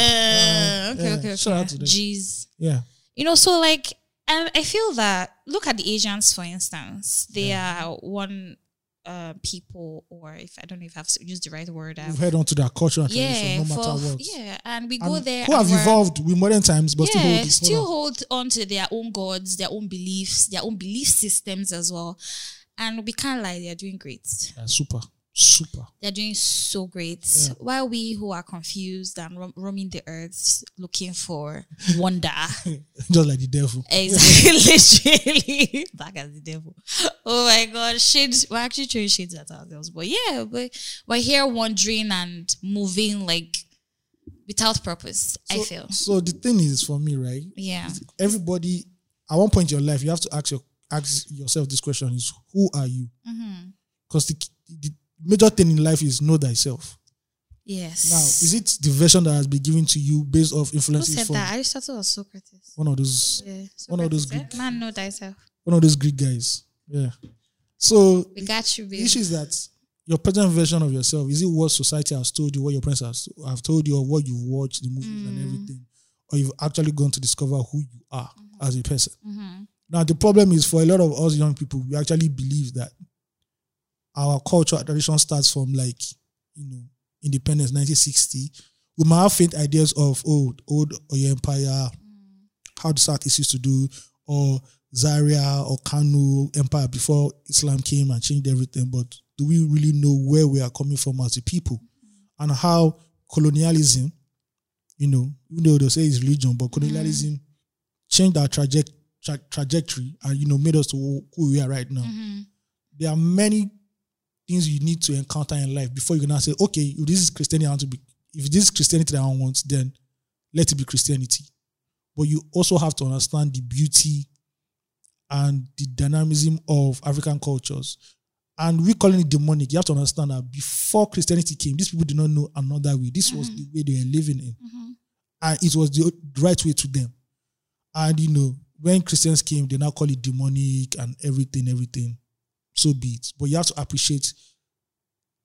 Speaker 1: Um,
Speaker 2: okay,
Speaker 1: yeah,
Speaker 2: okay, okay.
Speaker 1: Shout out to them.
Speaker 2: Jeez.
Speaker 1: yeah.
Speaker 2: You know, so like and I feel that look at the Asians, for instance. They are one uh people or if I don't know if I've used the right word.
Speaker 1: We've
Speaker 2: I've,
Speaker 1: head on to their culture and
Speaker 2: yeah,
Speaker 1: tradition, no matter
Speaker 2: for,
Speaker 1: what.
Speaker 2: yeah, and we
Speaker 1: And
Speaker 2: go there.
Speaker 1: Who
Speaker 2: and
Speaker 1: have
Speaker 2: we're-
Speaker 1: evolved with modern times, but still
Speaker 2: yeah,
Speaker 1: hold this. hold
Speaker 2: still
Speaker 1: on.
Speaker 2: hold on to their own gods, their own beliefs, their own belief systems as well. And we can't lie, they're doing great.
Speaker 1: Yeah, super, super.
Speaker 2: They're doing so great.
Speaker 1: Yeah.
Speaker 2: While we who are confused and ro- roaming the earth looking for wonder,
Speaker 1: Just like the devil.
Speaker 2: exactly, literally back as the devil. Oh my God, shades. We're actually throwing shades at ourselves, but yeah, but we're here wandering and moving like without purpose. I
Speaker 1: So-
Speaker 2: feel,
Speaker 1: So the thing is, for me, right?
Speaker 2: yeah,
Speaker 1: Everybody, at one point in your life, you have to ask your ask yourself this question: Is who are you?
Speaker 2: hmm
Speaker 1: Because the, the major thing in life is know thyself.
Speaker 2: yes.
Speaker 1: Now, is it the version that has been given to you based off
Speaker 2: Who
Speaker 1: influences
Speaker 2: said
Speaker 1: from
Speaker 2: that? Aristotle or Socrates?
Speaker 1: one of those
Speaker 2: Yeah,
Speaker 1: One of those
Speaker 2: Socrates, eh?
Speaker 1: Greek-
Speaker 2: Man, know thyself.
Speaker 1: one of those Greek guys? Yeah. So
Speaker 2: We got you,
Speaker 1: the
Speaker 2: baby.
Speaker 1: issue is that your present version of yourself is it what society has told you, what your parents has- have told you, or what you've watched, the movies and
Speaker 2: Mm.
Speaker 1: everything, or you've actually gone to discover who you are
Speaker 2: Mm-hmm.
Speaker 1: as a person.
Speaker 2: hmm
Speaker 1: Now, the problem is for a lot of us young people, we actually believe that our culture and tradition starts from like, you know, independence, 1960. We might have faint ideas of old, old Oyo Empire, how the Southeast used to do, or Zaria or Kanu Empire before Islam came and changed everything. But do we really know where we are coming from as a people and how colonialism, you know, even though they say it's religion, but colonialism changed our traje- tra- trajectory and, you know, made us to who we are right now.
Speaker 2: hmm
Speaker 1: There are many things you need to encounter in life before you can now say, okay, if this is Christianity, I want to be, if this is Christianity that I want, then let it be Christianity. But you also have to understand the beauty and the dynamism of African cultures. And we calling it demonic. You have to understand that before Christianity came, these people did not know another way. This was
Speaker 2: Mhm.
Speaker 1: the way they were living in.
Speaker 2: hmm
Speaker 1: And it was the right way to them. And you know, when Christians came, they now call it demonic and everything, everything. So be it. But you have to appreciate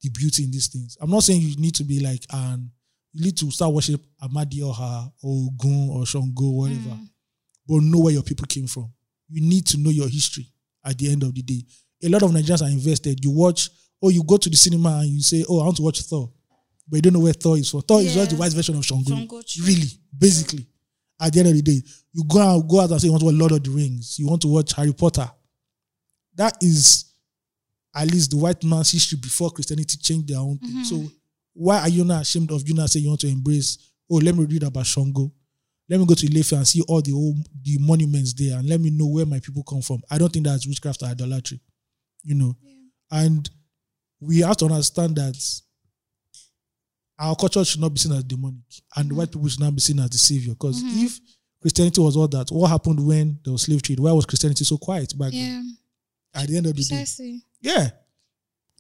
Speaker 1: the beauty in these things. I'm not saying you need to be like an you need to start worship Amadioha or Gun or Shango, whatever
Speaker 2: Mm.
Speaker 1: but know where your people came from. You need to know your history at the end of the day. A lot of Nigerians are invested. You watch, or you go to the cinema and you say, Oh, I want to watch Thor. But you don't know where Thor is from. Thor is just the
Speaker 2: Yeah.
Speaker 1: white version of Shango.
Speaker 2: Shango, true.
Speaker 1: Really, basically. At the end of the day, you go out, go out and say you want to watch Lord of the Rings, you want to watch Harry Potter. That is at least the white man's history before Christianity changed their own thing.
Speaker 2: Mhm.
Speaker 1: So why are you not ashamed of you not saying you want to embrace? Oh, let me read about Shango. Let me go to Ilefe and see all the old the monuments there, and let me know where my people come from. I don't think that's witchcraft or idolatry, you know. And we have to understand that our culture should not be seen as demonic, and
Speaker 2: Mhm.
Speaker 1: white people should not be seen as the savior. Because
Speaker 2: Mhm.
Speaker 1: if Christianity was all that, what happened when there was slave trade? Why was Christianity so quiet back then?
Speaker 2: Yeah,
Speaker 1: At the end of the day,
Speaker 2: precisely.
Speaker 1: yeah.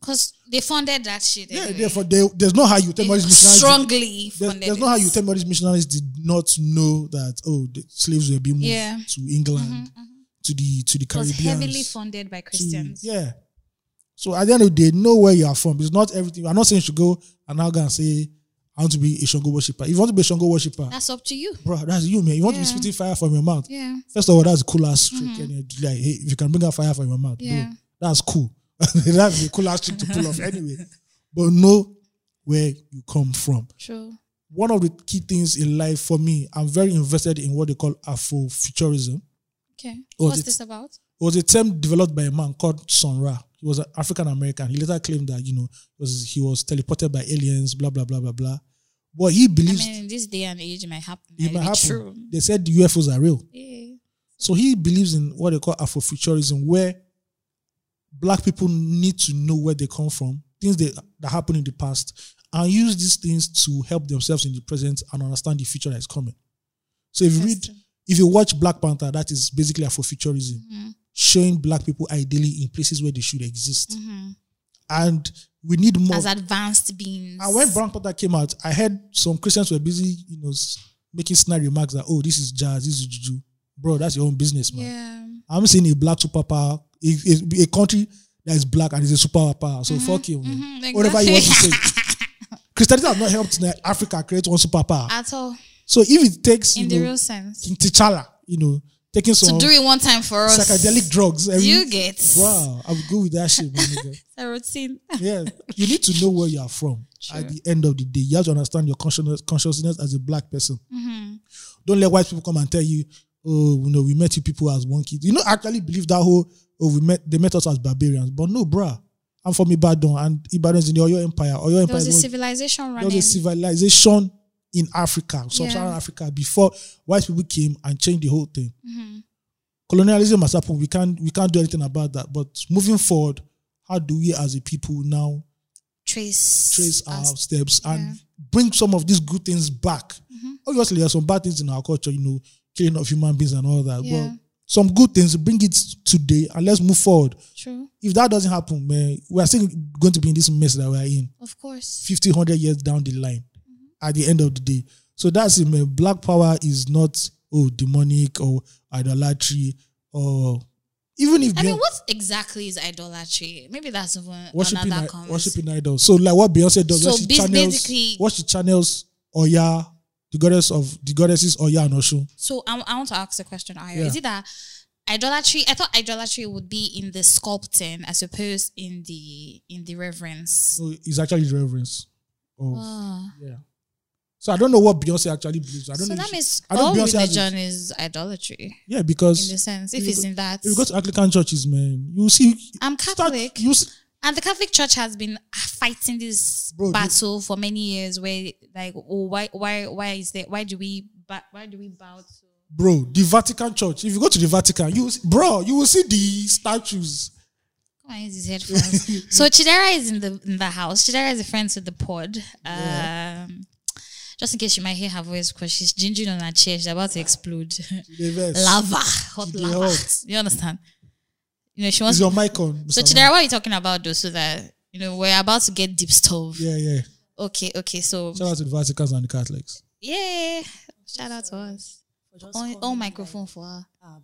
Speaker 2: Because they funded that shit.
Speaker 1: Yeah,
Speaker 2: anyway.
Speaker 1: therefore, there, there's no how you tell me all these
Speaker 2: They
Speaker 1: missionaries.
Speaker 2: strongly
Speaker 1: there's,
Speaker 2: funded.
Speaker 1: there's no
Speaker 2: it.
Speaker 1: how you tell me all these missionaries did not know that oh the slaves were being moved
Speaker 2: Yeah.
Speaker 1: to England
Speaker 2: Mhm, mhm.
Speaker 1: to the to the
Speaker 2: It was
Speaker 1: Caribbean.
Speaker 2: heavily funded by Christians.
Speaker 1: yeah. So at the end of the day, know where you are from. It's not everything. I'm not saying you should go and now go and say I want to be a Shango worshipper. If you want to be a Shango worshipper,
Speaker 2: That's up to you.
Speaker 1: bro, that's you man. You want to
Speaker 2: Yeah.
Speaker 1: be spitting fire from your mouth.
Speaker 2: Yeah.
Speaker 1: First of all, that's the coolest trick.
Speaker 2: Mhm.
Speaker 1: And you're like, hey, if you can bring out fire from your mouth, bro,
Speaker 2: Yeah.
Speaker 1: that's cool. that's the coolest trick to pull off anyway. But know where you come from.
Speaker 2: True.
Speaker 1: One of the key things in life for me, I'm very invested in what they call Afrofuturism. It
Speaker 2: Okay.
Speaker 1: Was
Speaker 2: What's
Speaker 1: it-
Speaker 2: this about?
Speaker 1: was a term developed by a man called Sun Ra. He was an African American. He later claimed that, you know, was he was teleported by aliens, blah, blah, blah, blah, blah. But he
Speaker 2: I
Speaker 1: believes
Speaker 2: mean, in this day and age, it might happen.
Speaker 1: it might
Speaker 2: be
Speaker 1: happen.
Speaker 2: True.
Speaker 1: They said the UFOs are real.
Speaker 2: Yeah.
Speaker 1: So he believes in what they call Afrofuturism, where black people need to know where they come from, things that, that happened in the past, and use these things to help themselves in the present and understand the future that is coming. So if you read,
Speaker 2: Interesting.
Speaker 1: if you watch Black Panther, that is basically Afrofuturism,
Speaker 2: Mhm.
Speaker 1: showing black people ideally in places where they should exist.
Speaker 2: Mhm.
Speaker 1: And we need more.
Speaker 2: As advanced beings.
Speaker 1: And when Black Panther came out, I heard some Christians were busy, you know, s- making snide remarks that, oh, this is jazz, this is juju. Bro, that's your own business, man.
Speaker 2: Yeah.
Speaker 1: I'm seeing a black superpower, a, a, a country that is black and is a superpower. So fuck you. man.
Speaker 2: Mhm,
Speaker 1: Whatever you want to
Speaker 2: exactly.
Speaker 1: say. Christianity has not helped Na- Africa create one superpower.
Speaker 2: At all.
Speaker 1: so if it takes you
Speaker 2: In the
Speaker 1: know,
Speaker 2: real sense.
Speaker 1: in T'Challa, you know, taking
Speaker 2: To
Speaker 1: some
Speaker 2: do it one time for us.
Speaker 1: psychedelic drugs, every,
Speaker 2: You get.
Speaker 1: wow, I would go with that shit. my nigga.
Speaker 2: A routine.
Speaker 1: yeah, you need to know where you are from. At
Speaker 2: True.
Speaker 1: the end of the day, you have to understand your consciousness, consciousness as a black person.
Speaker 2: hmm
Speaker 1: Don't let white people come and tell you, oh, you know, we met you people as one kid. You know, actually believe that whole, oh, we met, they met us as barbarians. But no, bruh, I'm from Ibadan and Ibadan is in the Oyo Empire. Oyo
Speaker 2: There
Speaker 1: Empire
Speaker 2: was a
Speaker 1: was,
Speaker 2: civilization
Speaker 1: there
Speaker 2: running.
Speaker 1: was a civilization in Africa, sub-Saharan
Speaker 2: Yeah.
Speaker 1: Africa, before white people came and changed the whole thing.
Speaker 2: Mhm.
Speaker 1: Colonialism has happened. We can't, we can't do anything about that. But moving forward, how do we as a people now
Speaker 2: Trace.
Speaker 1: trace our
Speaker 2: us.
Speaker 1: steps and
Speaker 2: Yeah.
Speaker 1: bring some of these good things back.
Speaker 2: Mhm.
Speaker 1: Obviously, there are some bad things in our culture, you know, killing of human beings and all that.
Speaker 2: Yeah.
Speaker 1: But some good things, bring it today and let's move forward.
Speaker 2: True.
Speaker 1: If that doesn't happen, man, we are still going to be in this mess that we are in
Speaker 2: Of course.
Speaker 1: 50, 100 years down the line
Speaker 2: Mm-hmm.
Speaker 1: at the end of the day. So that's it, man. Black power is not, oh, demonic or idolatry or even if
Speaker 2: I mean,
Speaker 1: Beyonce-
Speaker 2: what exactly is idolatry? Maybe that's even
Speaker 1: worshiping,
Speaker 2: another
Speaker 1: i-
Speaker 2: conversation.
Speaker 1: worshiping idols. So like what Beyonce does,
Speaker 2: So
Speaker 1: what she
Speaker 2: bas-
Speaker 1: channels,
Speaker 2: basically-
Speaker 1: what she channels Oya, the goddess of the goddesses Oya and Oshun.
Speaker 2: So I, I want to ask a question, Ayo.
Speaker 1: Yeah.
Speaker 2: Is it that idolatry? I thought idolatry would be in the sculpting, I suppose, in the in the reverence.
Speaker 1: So it's actually the reverence. Of,
Speaker 2: Ah.
Speaker 1: Yeah. So I don't know what Beyonce actually believes. I don't know.
Speaker 2: So
Speaker 1: if
Speaker 2: that
Speaker 1: she-
Speaker 2: means
Speaker 1: I know
Speaker 2: all
Speaker 1: Beyonce has
Speaker 2: religion is idolatry
Speaker 1: yeah,
Speaker 2: in the
Speaker 1: because
Speaker 2: sense. If
Speaker 1: you
Speaker 2: it's
Speaker 1: go-
Speaker 2: in that,
Speaker 1: if you go to Anglican churches, man, you see.
Speaker 2: I'm
Speaker 1: Start,
Speaker 2: Catholic,
Speaker 1: you s-
Speaker 2: and the Catholic Church has been fighting this
Speaker 1: Bro, you-
Speaker 2: battle for many years. Where like, oh, why, why, why is there? Why do we, ba- why do we bow to?
Speaker 1: bro, the Vatican Church. If you go to the Vatican, you will see- bro, you will see the statues.
Speaker 2: Come on, use these headphones. so Chidera is in the in the house. Chidera is a friend to the pod. Um, Just in case you might hear her voice because she's gingering on her chair. She's about to explode.
Speaker 1: The verse.
Speaker 2: lava, hot
Speaker 1: Chidera.
Speaker 2: lava. You understand? You know she
Speaker 1: Is
Speaker 2: wants.
Speaker 1: your mic on?
Speaker 2: So
Speaker 1: Mr.
Speaker 2: Chidera, what are you talking about though? So that you know we're about to get deep stuff.
Speaker 1: Man? Yeah, yeah.
Speaker 2: Okay, okay. So
Speaker 1: Shout out to the Vaticans and the Catholics.
Speaker 2: yeah, shout out to us.
Speaker 3: Just
Speaker 2: On,
Speaker 3: call
Speaker 2: on
Speaker 3: me
Speaker 2: microphone for her.
Speaker 3: like, ah,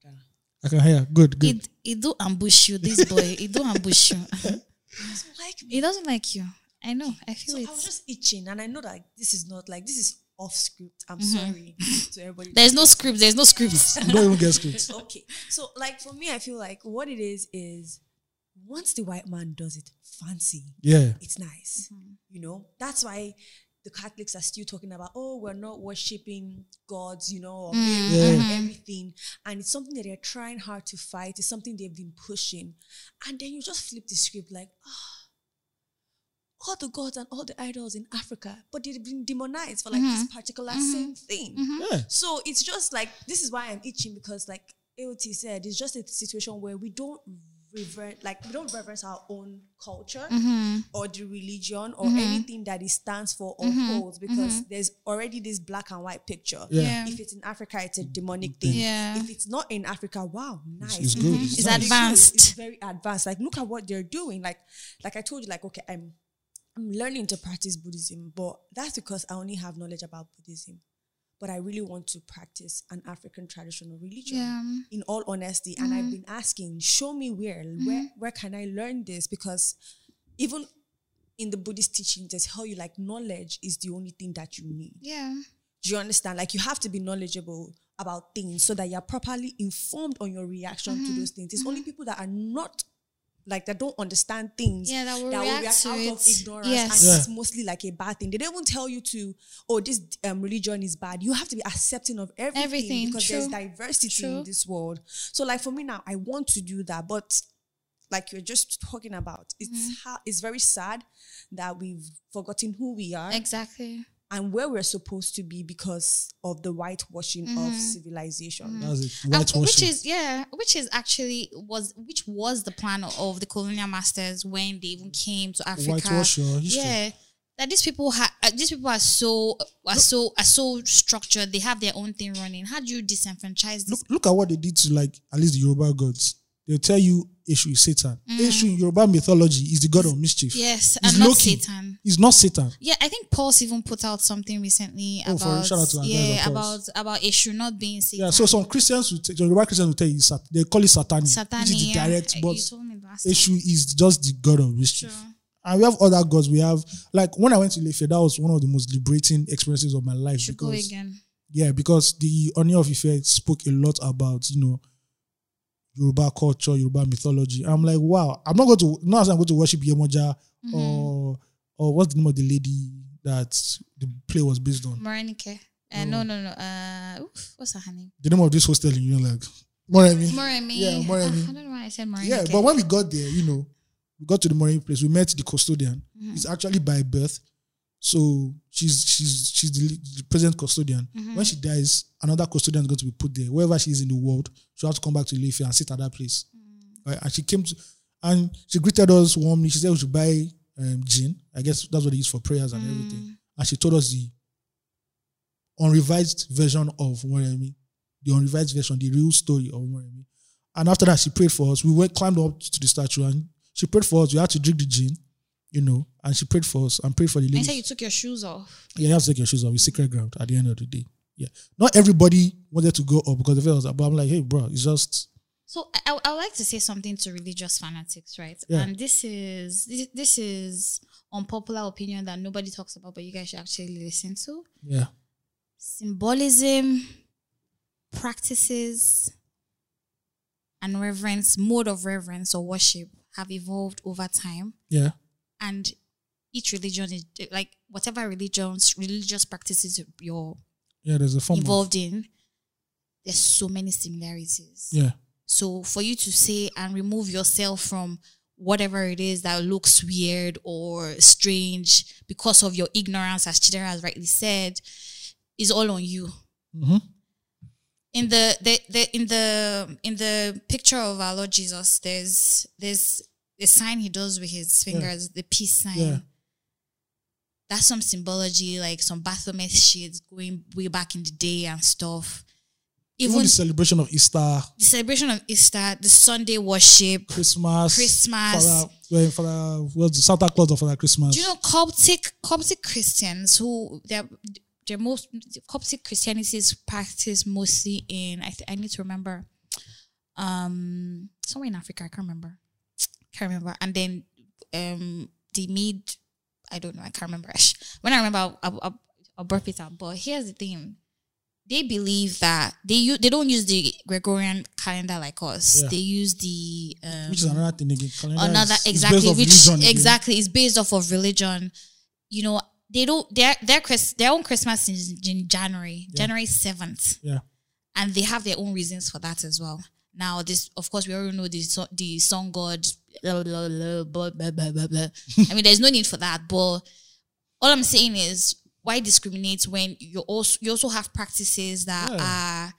Speaker 3: brother.
Speaker 1: I can hear. Good, good.
Speaker 2: It it do ambush you, this boy. It do ambush you.
Speaker 3: It's like me.
Speaker 2: It doesn't like you. I know. I feel
Speaker 3: So I
Speaker 2: it.
Speaker 3: was just itching, and I know that this is not like this is off script. I'm sorry to everybody.
Speaker 2: There's no script. There's no script.
Speaker 1: You don't even get scripts.
Speaker 3: okay, so like for me, I feel like what it is is once the white man does it fancy,
Speaker 1: Yeah.
Speaker 3: it's nice. You know, that's why the Catholics are still talking about, oh, we're not worshiping gods, you know, or
Speaker 2: Mm,
Speaker 1: Yeah.
Speaker 3: and
Speaker 2: mhm.
Speaker 3: everything. And it's something that they're trying hard to fight. It's something they've been pushing. And then you just flip the script like, ah, all the gods and all the idols in Africa, but they've been demonized for like this
Speaker 1: Mm-hmm.
Speaker 3: particular same thing.
Speaker 1: Yeah.
Speaker 3: So it's just like, this is why I'm itching because, like AOT said, it's just a situation where we don't reverence, like, we don't reverence our own culture
Speaker 1: Mm-hmm.
Speaker 3: or the religion or anything that it stands for or holds because there's already this black and white picture.
Speaker 1: Mm-hmm. Yeah.
Speaker 2: Yeah.
Speaker 3: If it's in Africa, it's a demonic thing.
Speaker 2: Yeah.
Speaker 3: If it's not in Africa, wow, nice.
Speaker 1: it's good. It's
Speaker 2: It's
Speaker 1: nice.
Speaker 3: It's
Speaker 2: advanced.
Speaker 3: good. It's very advanced. Like, look at what they're doing. Like, like I told you, like, okay, I'm I'm learning to practice Buddhism, but that's because I only have knowledge about Buddhism. But I really want to practice an African traditional religion.
Speaker 2: Yeah.
Speaker 3: In all honesty, and I've been asking, show me where, where, where can I learn this? Because even in the Buddhist teaching, they tell you like knowledge is the only thing that you need.
Speaker 2: Yeah.
Speaker 3: Do you understand? Like you have to be knowledgeable about things so that you're properly informed on your reaction
Speaker 2: Mm-hmm.
Speaker 3: to those things. It's only people that are not like that don't understand things
Speaker 2: Yeah, that will react to
Speaker 3: out of
Speaker 2: it.
Speaker 3: ignorance
Speaker 2: Yes.
Speaker 3: and
Speaker 1: Yeah.
Speaker 3: it's mostly like a bad thing. They don't even tell you to, oh, this um, religion is bad. You have to be accepting of everything,
Speaker 2: Everything,
Speaker 3: because there's
Speaker 2: true.
Speaker 3: diversity
Speaker 2: True.
Speaker 3: in this world. So like for me now, I want to do that, but like you're just talking about, it's
Speaker 2: Mm-hmm.
Speaker 3: how it's very sad that we've forgotten who we are
Speaker 2: Exactly.
Speaker 3: and where we're supposed to be because of the whitewashing of civilization.
Speaker 1: That's it.
Speaker 2: And
Speaker 1: Whitewashing.
Speaker 2: which is yeah, which is actually was which was the plan of the colonial masters when they even came to Africa.
Speaker 1: Whitewash your history.
Speaker 2: Yeah. That these people ha- uh, these people are so are so are so structured. They have their own thing running. How do you disenfranchise
Speaker 1: look,
Speaker 2: this?
Speaker 1: look at what they did to like at least the Yoruba gods. They'll tell you Eshu is Satan. Eshu in Yoruba mythology is the god of mischief. It's
Speaker 2: yes, Mm. and not
Speaker 1: Loki.
Speaker 2: Satan.
Speaker 1: He's not Satan.
Speaker 2: Yeah, I think Pulse even put out something recently
Speaker 1: Oh, for-
Speaker 2: about
Speaker 1: shout out to our guys at
Speaker 2: yeah about
Speaker 1: Pulse.
Speaker 2: about issue not being Satan.
Speaker 1: Yeah. So some Christians will tell some Yoruba Christians will tell you sat- they call it Satani. Which is the
Speaker 2: Satania.
Speaker 1: direct
Speaker 2: You
Speaker 1: but
Speaker 2: told me last time.
Speaker 1: Eshu is just the god of mischief.
Speaker 2: Sure.
Speaker 1: And we have other gods. We have like when I went to Ife, that was one of the most liberating experiences of my life
Speaker 2: Should go
Speaker 1: because
Speaker 2: again.
Speaker 1: yeah, because the Oni of Ife spoke a lot about you know Yoruba culture, Yoruba mythology. I'm like, wow, I'm not going to not as I'm going to worship Yemoja or or what's the name of the lady that the play was based on.
Speaker 2: Morenike. Uh, no, no, no. Uh, oof, what's her name?
Speaker 1: The name of this hostel in you know, like more I mean.
Speaker 2: Moremi.
Speaker 1: Yeah, Moremi.
Speaker 2: Ah, I don't know why I said Moremi.
Speaker 1: Yeah, but when we got there, you know, we got to the morning place. We met the custodian. It's actually by birth, so she's she's she's the, the present custodian. When she dies, another custodian is going to be put there. Wherever she is in the world, she'll have to come back to Leafy and sit at that place. Right? And she came to, and she greeted us warmly. She said we should buy um, gin. I guess that's what they use for prayers and everything. And she told us the unrevised version of Moremi, the unrevised version, the real story of Moremi. And after that, she prayed for us. We went climbed up to the statue and she prayed for us. We had to drink the gin, you know, and she prayed for us and prayed for the
Speaker 2: I said you
Speaker 1: ladies.
Speaker 2: took your shoes off.
Speaker 1: Yeah, you have to take your shoes off. It's sacred ground at the end of the day. Yeah. Not everybody wanted to go up because the felt was but I'm like, hey, bro, it's just
Speaker 2: So I- I, I would like to say something to religious fanatics, right?
Speaker 1: Yeah.
Speaker 2: And this is this, this is unpopular opinion that nobody talks about, but you guys should actually listen to.
Speaker 1: yeah.
Speaker 2: Symbolism, practices, and reverence, mode of reverence or worship have evolved over time.
Speaker 1: Yeah.
Speaker 2: and each religion is like whatever religions religious practices you're
Speaker 1: Yeah, there's a form of
Speaker 2: involved in there's so many similarities
Speaker 1: yeah.
Speaker 2: so for you to say and remove yourself from whatever it is that looks weird or strange because of your ignorance as chidera has rightly said is all on you
Speaker 1: Mm-hmm.
Speaker 2: in the, the, the in the in the picture of our Lord Jesus, there's there's the sign he does with his fingers, the peace sign.
Speaker 1: Yeah.
Speaker 2: That's some symbology, like some Baphomet shit going way back in the day and stuff. Even,
Speaker 1: Even, the celebration of Easter,
Speaker 2: the celebration of Easter, the Sunday worship.
Speaker 1: Christmas,
Speaker 2: Christmas.
Speaker 1: Father, well, Father, what's the Santa Claus or Father Christmas?
Speaker 2: Do you know Coptic Coptic Christians who they're they're most Coptic Christianity is practiced mostly in I th- I need to remember um somewhere in Africa I can't remember can't remember and then um the mid I don't know I can't remember when I remember I'll, I'll, I'll, I'll burp it out but here's the thing they believe that they u- they don't use the Gregorian calendar like us
Speaker 1: Yeah.
Speaker 2: they use the um,
Speaker 1: which is another thing again. Calendar
Speaker 2: another
Speaker 1: is- is
Speaker 2: exactly
Speaker 1: based off
Speaker 2: which
Speaker 1: religion again.
Speaker 2: exactly is based off of religion you know they don't their their Chris their own Christmas is in January, January seventh,
Speaker 1: Yeah.
Speaker 2: and they have their own reasons for that as well. Now, this of course we already know the so- the sun god. Blah, blah, blah, blah, blah, blah, blah, blah. I mean, there's no need for that. But all I'm saying is, why discriminate when you also you also have practices that are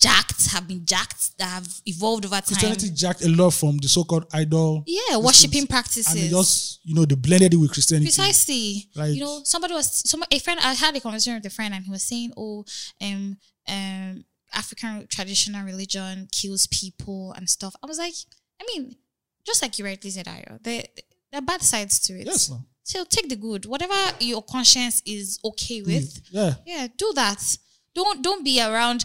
Speaker 2: jacked, have been jacked, that have evolved over time.
Speaker 1: Christianity jacked a lot from the so-called idol,
Speaker 2: Yeah, worshipping
Speaker 1: and they
Speaker 2: practices.
Speaker 1: just you know they blended it with Christianity.
Speaker 2: Precisely.
Speaker 1: Like-
Speaker 2: you know, somebody was some a friend. I had a conversation with a friend, and he was saying, "Oh, um, um, African traditional religion kills people and stuff." I was like, I mean, just like you rightly said, Ayo, there there are bad sides to it.
Speaker 1: Yes, ma'am.
Speaker 2: So take the good, whatever your conscience is okay with.
Speaker 1: Yeah.
Speaker 2: Yeah, do that. Don't don't be around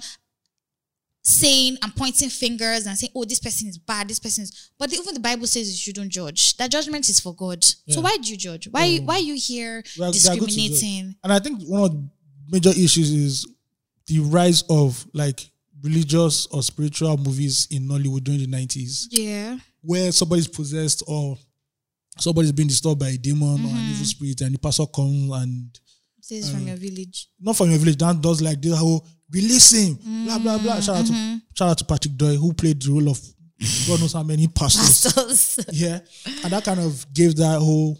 Speaker 2: saying and pointing fingers and saying, "Oh, this person is bad. This person is." But even the Bible says you shouldn't judge. That judgment is for God.
Speaker 1: Yeah.
Speaker 2: So why do you judge? Why why are you here
Speaker 1: We are- they are good to judge.
Speaker 2: discriminating?
Speaker 1: And I think one of the major issues is the rise of like religious or spiritual movies in Nollywood during the nineties.
Speaker 2: Yeah,
Speaker 1: where somebody's possessed or somebody's being disturbed by a demon or
Speaker 2: Mm-hmm.
Speaker 1: an evil spirit, and the pastor comes and
Speaker 2: says from your village.
Speaker 1: not from your village, down does like this whole release him, blah blah blah. Shout out
Speaker 2: Mm-hmm.
Speaker 1: to shout out to Patrick Doyle who played the role of God knows how many pastors.
Speaker 2: Pastors.
Speaker 1: Yeah, and that kind of gave that whole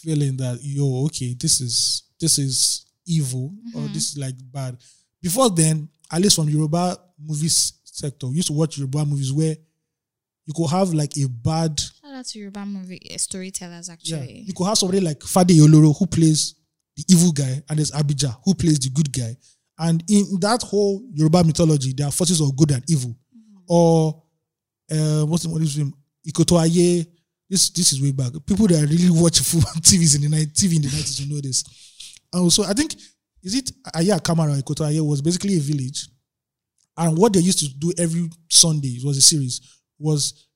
Speaker 1: feeling that yo, okay, this is this is evil or this is like bad. Before then, at least from Yoruba movies sector, we used to watch Yoruba movies where you could have like a bad
Speaker 2: Shout out to Yoruba movie uh, storytellers.
Speaker 1: Yeah.
Speaker 2: Actually,
Speaker 1: You could have somebody like Fade Oloro who plays the evil guy, and there's Abijah who plays the good guy. And in that whole Yoruba mythology, there are forces of good and evil. Or uh, what's the what is his name? Ikotoaye. This this is way back. People that really watch full TVs in the night TV in the nineties will know this. And Oh, so I think is it Aya Kamara Ikotoaye was basically a village, and what they used to do every Sunday it was a series was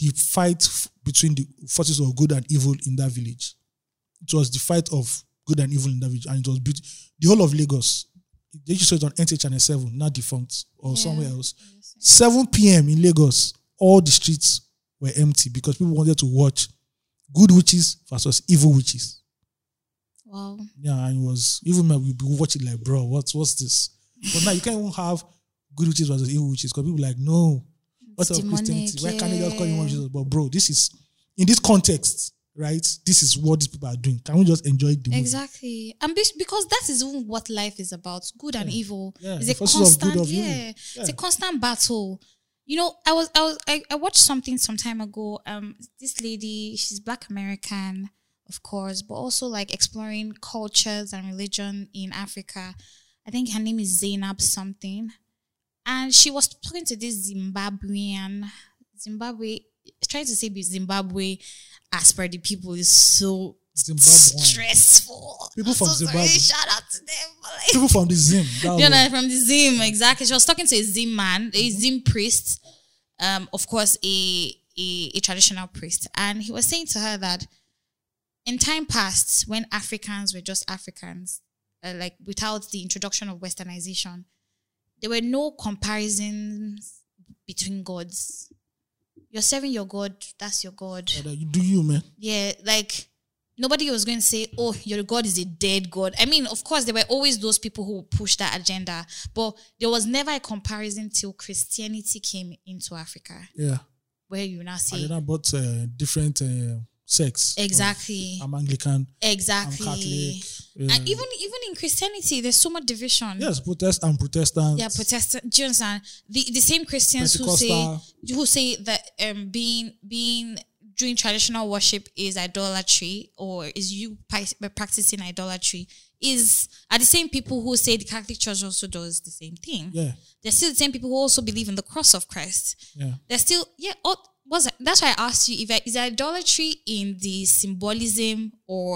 Speaker 1: the fight f- between the forces of good and evil in that village. It was the fight of good and evil in that village, and it was built the whole of Lagos. They used to show it on NTA Channel Seven, not defunct or somewhere else. Seven p.m. in Lagos, all the streets were empty because people wanted to watch good witches versus evil witches.
Speaker 2: wow.
Speaker 1: Yeah, and it was even my we be watching like, bro, what's what's this? But now you can't even have good witches versus evil witches because people are like, no, what
Speaker 2: It's
Speaker 1: of Christianity? Why
Speaker 2: demonic,
Speaker 1: can't they just call you one
Speaker 2: yeah.
Speaker 1: Jesus? But bro, this is in this context, right? This is what these people are doing. Can we just enjoy the movie?
Speaker 2: Exactly, and be- because that is even what life is about good and evil.
Speaker 1: Yeah,
Speaker 2: It's
Speaker 1: the
Speaker 2: a
Speaker 1: forces of good
Speaker 2: constant,
Speaker 1: of evil.
Speaker 2: yeah, it's a constant battle. You know, I was, I was, I, I watched something some time ago. Um, this lady, she's Black American, of course, but also like exploring cultures and religion in Africa. I think her name is Zainab something, and she was talking to this Zimbabwean, Zimbabwe, trying to say the Zimbabwe, as per the people is so
Speaker 1: Zimbabwe.
Speaker 2: stressful.
Speaker 1: People
Speaker 2: I'm
Speaker 1: from
Speaker 2: so
Speaker 1: Zimbabwe.
Speaker 2: Sorry, shout out to them. but Like,
Speaker 1: People from Mm-hmm. the Zim. That
Speaker 2: you
Speaker 1: was-
Speaker 2: know, from the Zim, exactly. She was talking to a Zim man, a Zim priest, um, of course, a, a a traditional priest, and he was saying to her that in time past, when Africans were just Africans, uh, like without the introduction of Westernization, there were no comparisons between gods. You're serving your god, that's your god
Speaker 1: Yeah, that you do you, man.
Speaker 2: yeah, like nobody was going to say, "Oh, your God is a dead God." I mean, of course, there were always those people who would push that agenda, but there was never a comparison till Christianity came into Africa,
Speaker 1: Yeah.
Speaker 2: where you now see
Speaker 1: And then I bought uh, different uh, sects. of-
Speaker 2: exactly,
Speaker 1: I'm Anglican. I'm
Speaker 2: exactly,
Speaker 1: Catholic. uh,
Speaker 2: and even even in Christianity, there's so much division.
Speaker 1: yes, Protest and Protestant.
Speaker 2: Yeah, Protestant. Do you understand? The the same Christians who say
Speaker 1: Pentecostal.
Speaker 2: who say that um being being doing traditional worship is idolatry or is you pi- practicing idolatry is are the same people who say the Catholic Church also does the same thing.
Speaker 1: Yeah.
Speaker 2: They're still the same people who also believe in the cross of Christ.
Speaker 1: Yeah.
Speaker 2: They're still yeah. Oh, was that? that's why I asked you if I, is idolatry in the symbolism or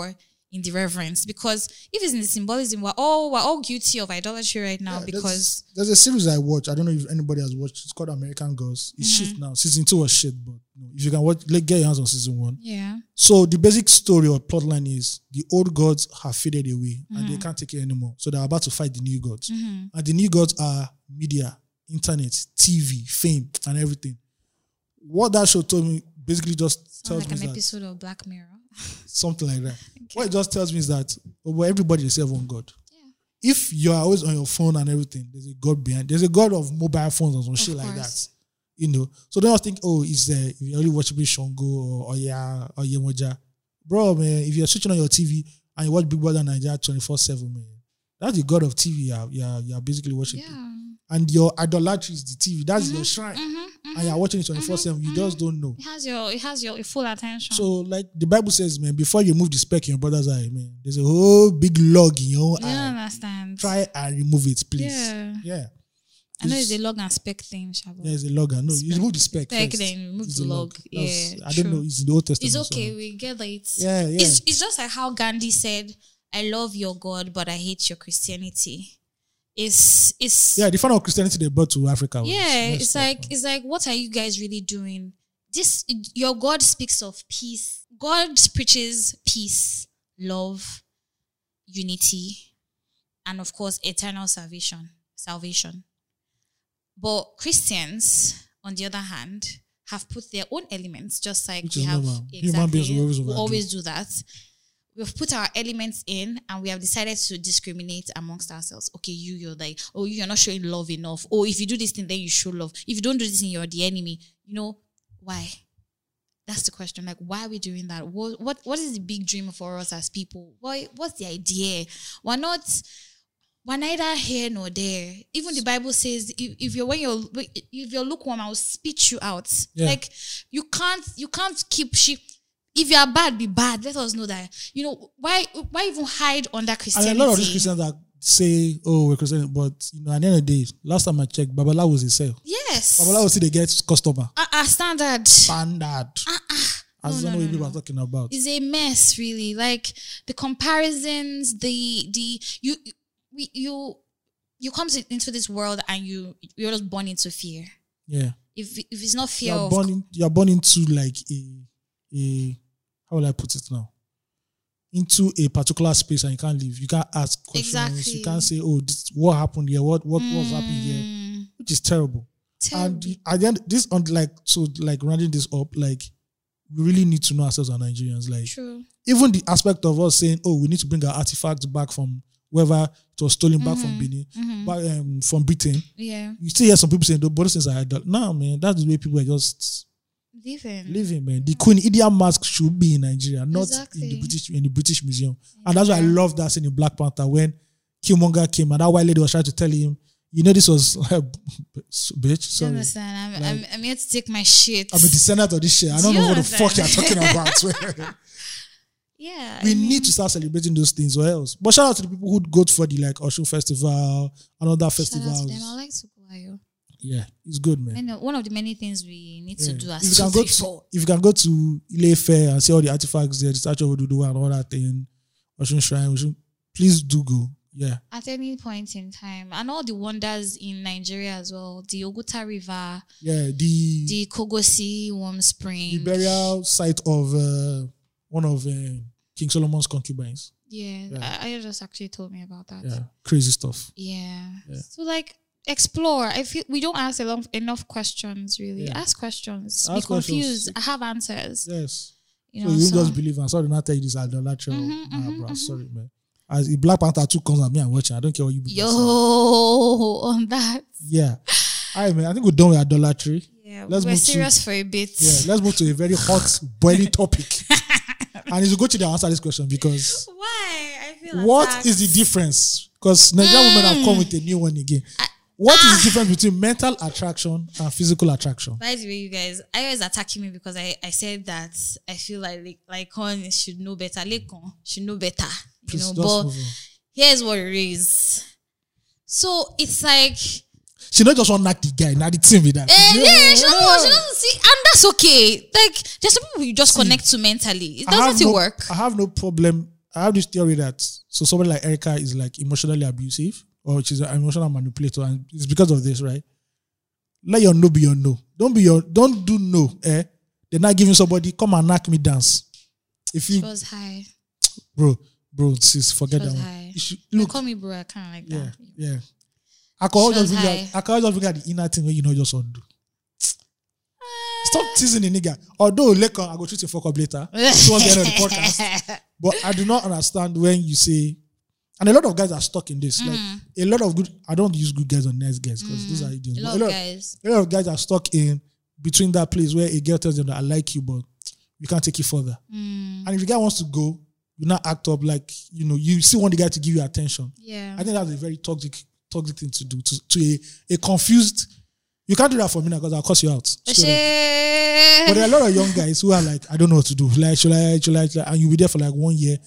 Speaker 2: in the reverence because if it's in the symbolism, we're all we're all guilty of idolatry right now
Speaker 1: Yeah,
Speaker 2: because.
Speaker 1: there's, there's a series I watch. I don't know if anybody has watched. It's called American Girls. It's
Speaker 2: Mm-hmm.
Speaker 1: shit now. Season two was shit, but no, if you can watch, like, get your hands on season one.
Speaker 2: Yeah.
Speaker 1: So the basic story or plot line is the old gods have faded away and
Speaker 2: Mm-hmm.
Speaker 1: they can't take it anymore. So they're about to fight the new gods, and the new gods are media, internet, TV, fame, and everything. What that show told me basically just
Speaker 2: Sounds
Speaker 1: tells
Speaker 2: like
Speaker 1: me
Speaker 2: an
Speaker 1: that
Speaker 2: episode of Black Mirror.
Speaker 1: something like that. What it just tells me is that oh, well, everybody is serve on God.
Speaker 2: Yeah.
Speaker 1: If you are always on your phone and everything, there's a God behind. There's a God of mobile phones or some shit like that.
Speaker 2: course.
Speaker 1: You know, so don't just think, oh, it's uh, if you're only watching Shango or Oya or Yemoja, bro, man. If you're switching on your TV and you watch Big Brother Nigeria 24 seven, man, that's the God of TV. You're you're, you're basically worshiping,
Speaker 2: Yeah.
Speaker 1: and your idolatry is the TV. That's your shrine,
Speaker 2: Mm-hmm,
Speaker 1: and you're watching it 24 7 You just don't know.
Speaker 2: It has your it has your full attention.
Speaker 1: So, like the Bible says, man, before you move the speck in your brother's eye, man, there's a whole big log in your own
Speaker 2: you don't
Speaker 1: eye.
Speaker 2: understand.
Speaker 1: Try and remove it, please.
Speaker 2: Yeah.
Speaker 1: Yeah.
Speaker 2: I know it's a log and spec thing, Shabo.
Speaker 1: There's a log. No, you remove the speck.
Speaker 2: Speck,
Speaker 1: first.
Speaker 2: then remove
Speaker 1: It's
Speaker 2: the log.
Speaker 1: That's-
Speaker 2: Yeah,
Speaker 1: I
Speaker 2: true.
Speaker 1: don't know. It's in the Old Testament.
Speaker 2: It's okay,
Speaker 1: somewhere.
Speaker 2: we get that. It's,
Speaker 1: Yeah, yeah.
Speaker 2: It's, it's just like how Gandhi said, I love your God, but I hate your Christianity. It's it's
Speaker 1: yeah, the fan of Christianity they brought to Africa. was
Speaker 2: yeah,
Speaker 1: messed
Speaker 2: it's
Speaker 1: up,
Speaker 2: like
Speaker 1: man.
Speaker 2: it's like what are you guys really doing? This your God speaks of peace. God preaches peace, love, unity, and of course eternal salvation. Salvation. But Christians, on the other hand, have put their own elements, just like
Speaker 1: Which
Speaker 2: we
Speaker 1: is
Speaker 2: have
Speaker 1: normal. Human beings will always
Speaker 2: we
Speaker 1: overdo.
Speaker 2: always do that. We've put our elements in and we have decided to discriminate amongst ourselves. Okay, you, you're like, oh, you're not showing love enough. Oh, if you do this thing, then you show love. If you don't do this thing, you're the enemy. You know, why? That's the question. Like, why are we doing that? What what what is the big dream for us as people? Why what's the idea? We're not we're neither here nor there. Even the Bible says, if, if you're when you're if you're lukewarm, I will spit you out.
Speaker 1: Yeah.
Speaker 2: Like you can't you can't keep she. If you are bad, be bad. Let us know that you know why why even hide under Christianity.
Speaker 1: And a lot of these Christians that say, "Oh, we're Christian," but you know, at the end of the day, last time I checked, Babala was a sale.
Speaker 2: yes,
Speaker 1: Babala was the get customer
Speaker 2: our, our standard
Speaker 1: standard. I don't
Speaker 2: Ah, No,
Speaker 1: know
Speaker 2: no,
Speaker 1: what
Speaker 2: no,
Speaker 1: people
Speaker 2: no.
Speaker 1: are talking about.
Speaker 2: is a mess. Really, like the comparisons, the the you we you you come to, into this world and you you're just born into fear.
Speaker 1: Yeah.
Speaker 2: If if it's not fear,
Speaker 1: you're
Speaker 2: of
Speaker 1: born in, you're born into like a a how will I put it now? Into a particular space and you can't leave. You can't ask questions. You
Speaker 2: Exactly.
Speaker 1: can't say, "Oh, this, what happened here? What what what's happening here?"
Speaker 2: Mm,
Speaker 1: Which is terrible.
Speaker 2: terrible.
Speaker 1: And at the end, this on like so like rounding this up, like we really need to know ourselves as Nigerians. Like
Speaker 2: True.
Speaker 1: even the aspect of us saying, "Oh, we need to bring our artifacts back from wherever it was stolen back
Speaker 2: Mm-hmm.
Speaker 1: from Benin, back, um, from Britain."
Speaker 2: Yeah.
Speaker 1: You still hear some people saying, "Those those things are idol." No, man, that's the way people are just
Speaker 2: Living.
Speaker 1: Leaving man. The Queen Idia mask should be in Nigeria, not in the
Speaker 2: Exactly.
Speaker 1: British in the British Museum. And that's why I love that scene in Black Panther when Killmonger came and that white lady was trying to tell him, you know, this was bitch.
Speaker 2: You
Speaker 1: Sorry, I'm
Speaker 2: understand? I'm, I'm, I'm here to take my shit.
Speaker 1: a descendant of this shit. I don't
Speaker 2: Do you
Speaker 1: know what the
Speaker 2: understand?
Speaker 1: fuck you're talking about.
Speaker 2: yeah.
Speaker 1: we
Speaker 2: I mean,
Speaker 1: need to start celebrating those things or else. But shout out to the people who go for the like Oshun Festival and other
Speaker 2: shout out to them. I
Speaker 1: festivals.
Speaker 2: like Sukuwayo.
Speaker 1: Yeah, it's good, man.
Speaker 2: And uh, one of the many things we need
Speaker 1: Yeah.
Speaker 2: to do
Speaker 1: if
Speaker 2: as
Speaker 1: you can go to,
Speaker 2: people.
Speaker 1: if you can go to Ile Ife and see all the artifacts there, the Statue of Oduduwa and all that thing, Ocean Shrine, Ocean, please do go. Yeah,
Speaker 2: At any point in time, and all the wonders in Nigeria as well the Oguta River,
Speaker 1: yeah. The the,
Speaker 2: the Kogosi Warm Spring.
Speaker 1: burial site of uh, one of uh, King Solomon's concubines.
Speaker 2: yeah,
Speaker 1: Yeah.
Speaker 2: I, I just actually told me about that.
Speaker 1: Yeah, crazy stuff.
Speaker 2: Yeah.
Speaker 1: Yeah.
Speaker 2: So like explore. I feel we don't ask enough enough questions really.
Speaker 1: Yeah.
Speaker 2: Ask questions.
Speaker 1: Ask
Speaker 2: Be
Speaker 1: questions.
Speaker 2: confused. I have answers.
Speaker 1: Yes.
Speaker 2: You
Speaker 1: so
Speaker 2: know.
Speaker 1: you
Speaker 2: so-
Speaker 1: just believe and sorry, not tell you this idolatry. or-
Speaker 2: Mhm,
Speaker 1: nah,
Speaker 2: mhm,
Speaker 1: bruh,
Speaker 2: mhm.
Speaker 1: Sorry, man. As if Black Panther 2 comes at me and watching, I don't care what you people
Speaker 2: Yo
Speaker 1: say.
Speaker 2: on that.
Speaker 1: Yeah. I man, I think we're done with idolatry.
Speaker 2: Yeah.
Speaker 1: Let's
Speaker 2: we're
Speaker 1: move to-
Speaker 2: serious for a bit.
Speaker 1: Yeah, let's move to a very hot, boiling topic. and it's good to answer this question because
Speaker 2: Why? I feel
Speaker 1: what is the difference? Because Nigerian women have come with a new one again.
Speaker 2: Mm.
Speaker 1: What is the difference between mental attraction and physical attraction?
Speaker 2: by the way, Ah. you guys, I always attacking me because I, I said that I feel like like Lycon should know better. Lycon should know better. You
Speaker 1: Please
Speaker 2: know,
Speaker 1: just
Speaker 2: but
Speaker 1: move on.
Speaker 2: here's what it is. So it's like
Speaker 1: She not just want knack the guy, now the team with that.
Speaker 2: Eh, yeah, she doesn't want- she
Speaker 1: Yeah.
Speaker 2: doesn't see, and that's okay. Like, there's some people you just connect to mentally. It
Speaker 1: I have
Speaker 2: doesn't
Speaker 1: no,
Speaker 2: work.
Speaker 1: I have no problem. I have this theory that so somebody like Erica is like emotionally abusive or she's an emotional manipulator, and it's because of this, right? Let your no be your no. Don't be your don't do no. Eh? They're not giving somebody come and knock me dance. If
Speaker 2: She
Speaker 1: you
Speaker 2: was high.
Speaker 1: bro, bro, sis, forget
Speaker 2: She
Speaker 1: that
Speaker 2: was
Speaker 1: one.
Speaker 2: high.
Speaker 1: You should-
Speaker 2: You
Speaker 1: look,
Speaker 2: call me bro. I kind of like
Speaker 1: yeah,
Speaker 2: that.
Speaker 1: yeah. Alcohol
Speaker 2: She
Speaker 1: just
Speaker 2: was
Speaker 1: bring out,
Speaker 2: high.
Speaker 1: alcohol just bring out the inner thing when you know just undo. Stop teasing the nigga. Although later I go treat you fuck up later. She won't get on the podcast. But I do not understand when you say, and a lot of guys are stuck in this. Like a lot of good. I don't use good guys or nice guys because these are idiots.
Speaker 2: Mm-hmm. Mm, A
Speaker 1: But
Speaker 2: lot of guys.
Speaker 1: a lot of guys are stuck in between that place where a girl tells them that I like you, but you can't take it further.
Speaker 2: Mm,
Speaker 1: And if the guy wants to go, you now act up like you know you still want the guy to give you attention.
Speaker 2: Yeah.
Speaker 1: I think that's a very toxic, toxic thing to do to, to a, a confused. You can't do that for me now because I'll cuss you out. straight up. But there are a lot of young guys who are like, I don't know what to do. Like, should I, should I, should I? And you'll be there for like one year.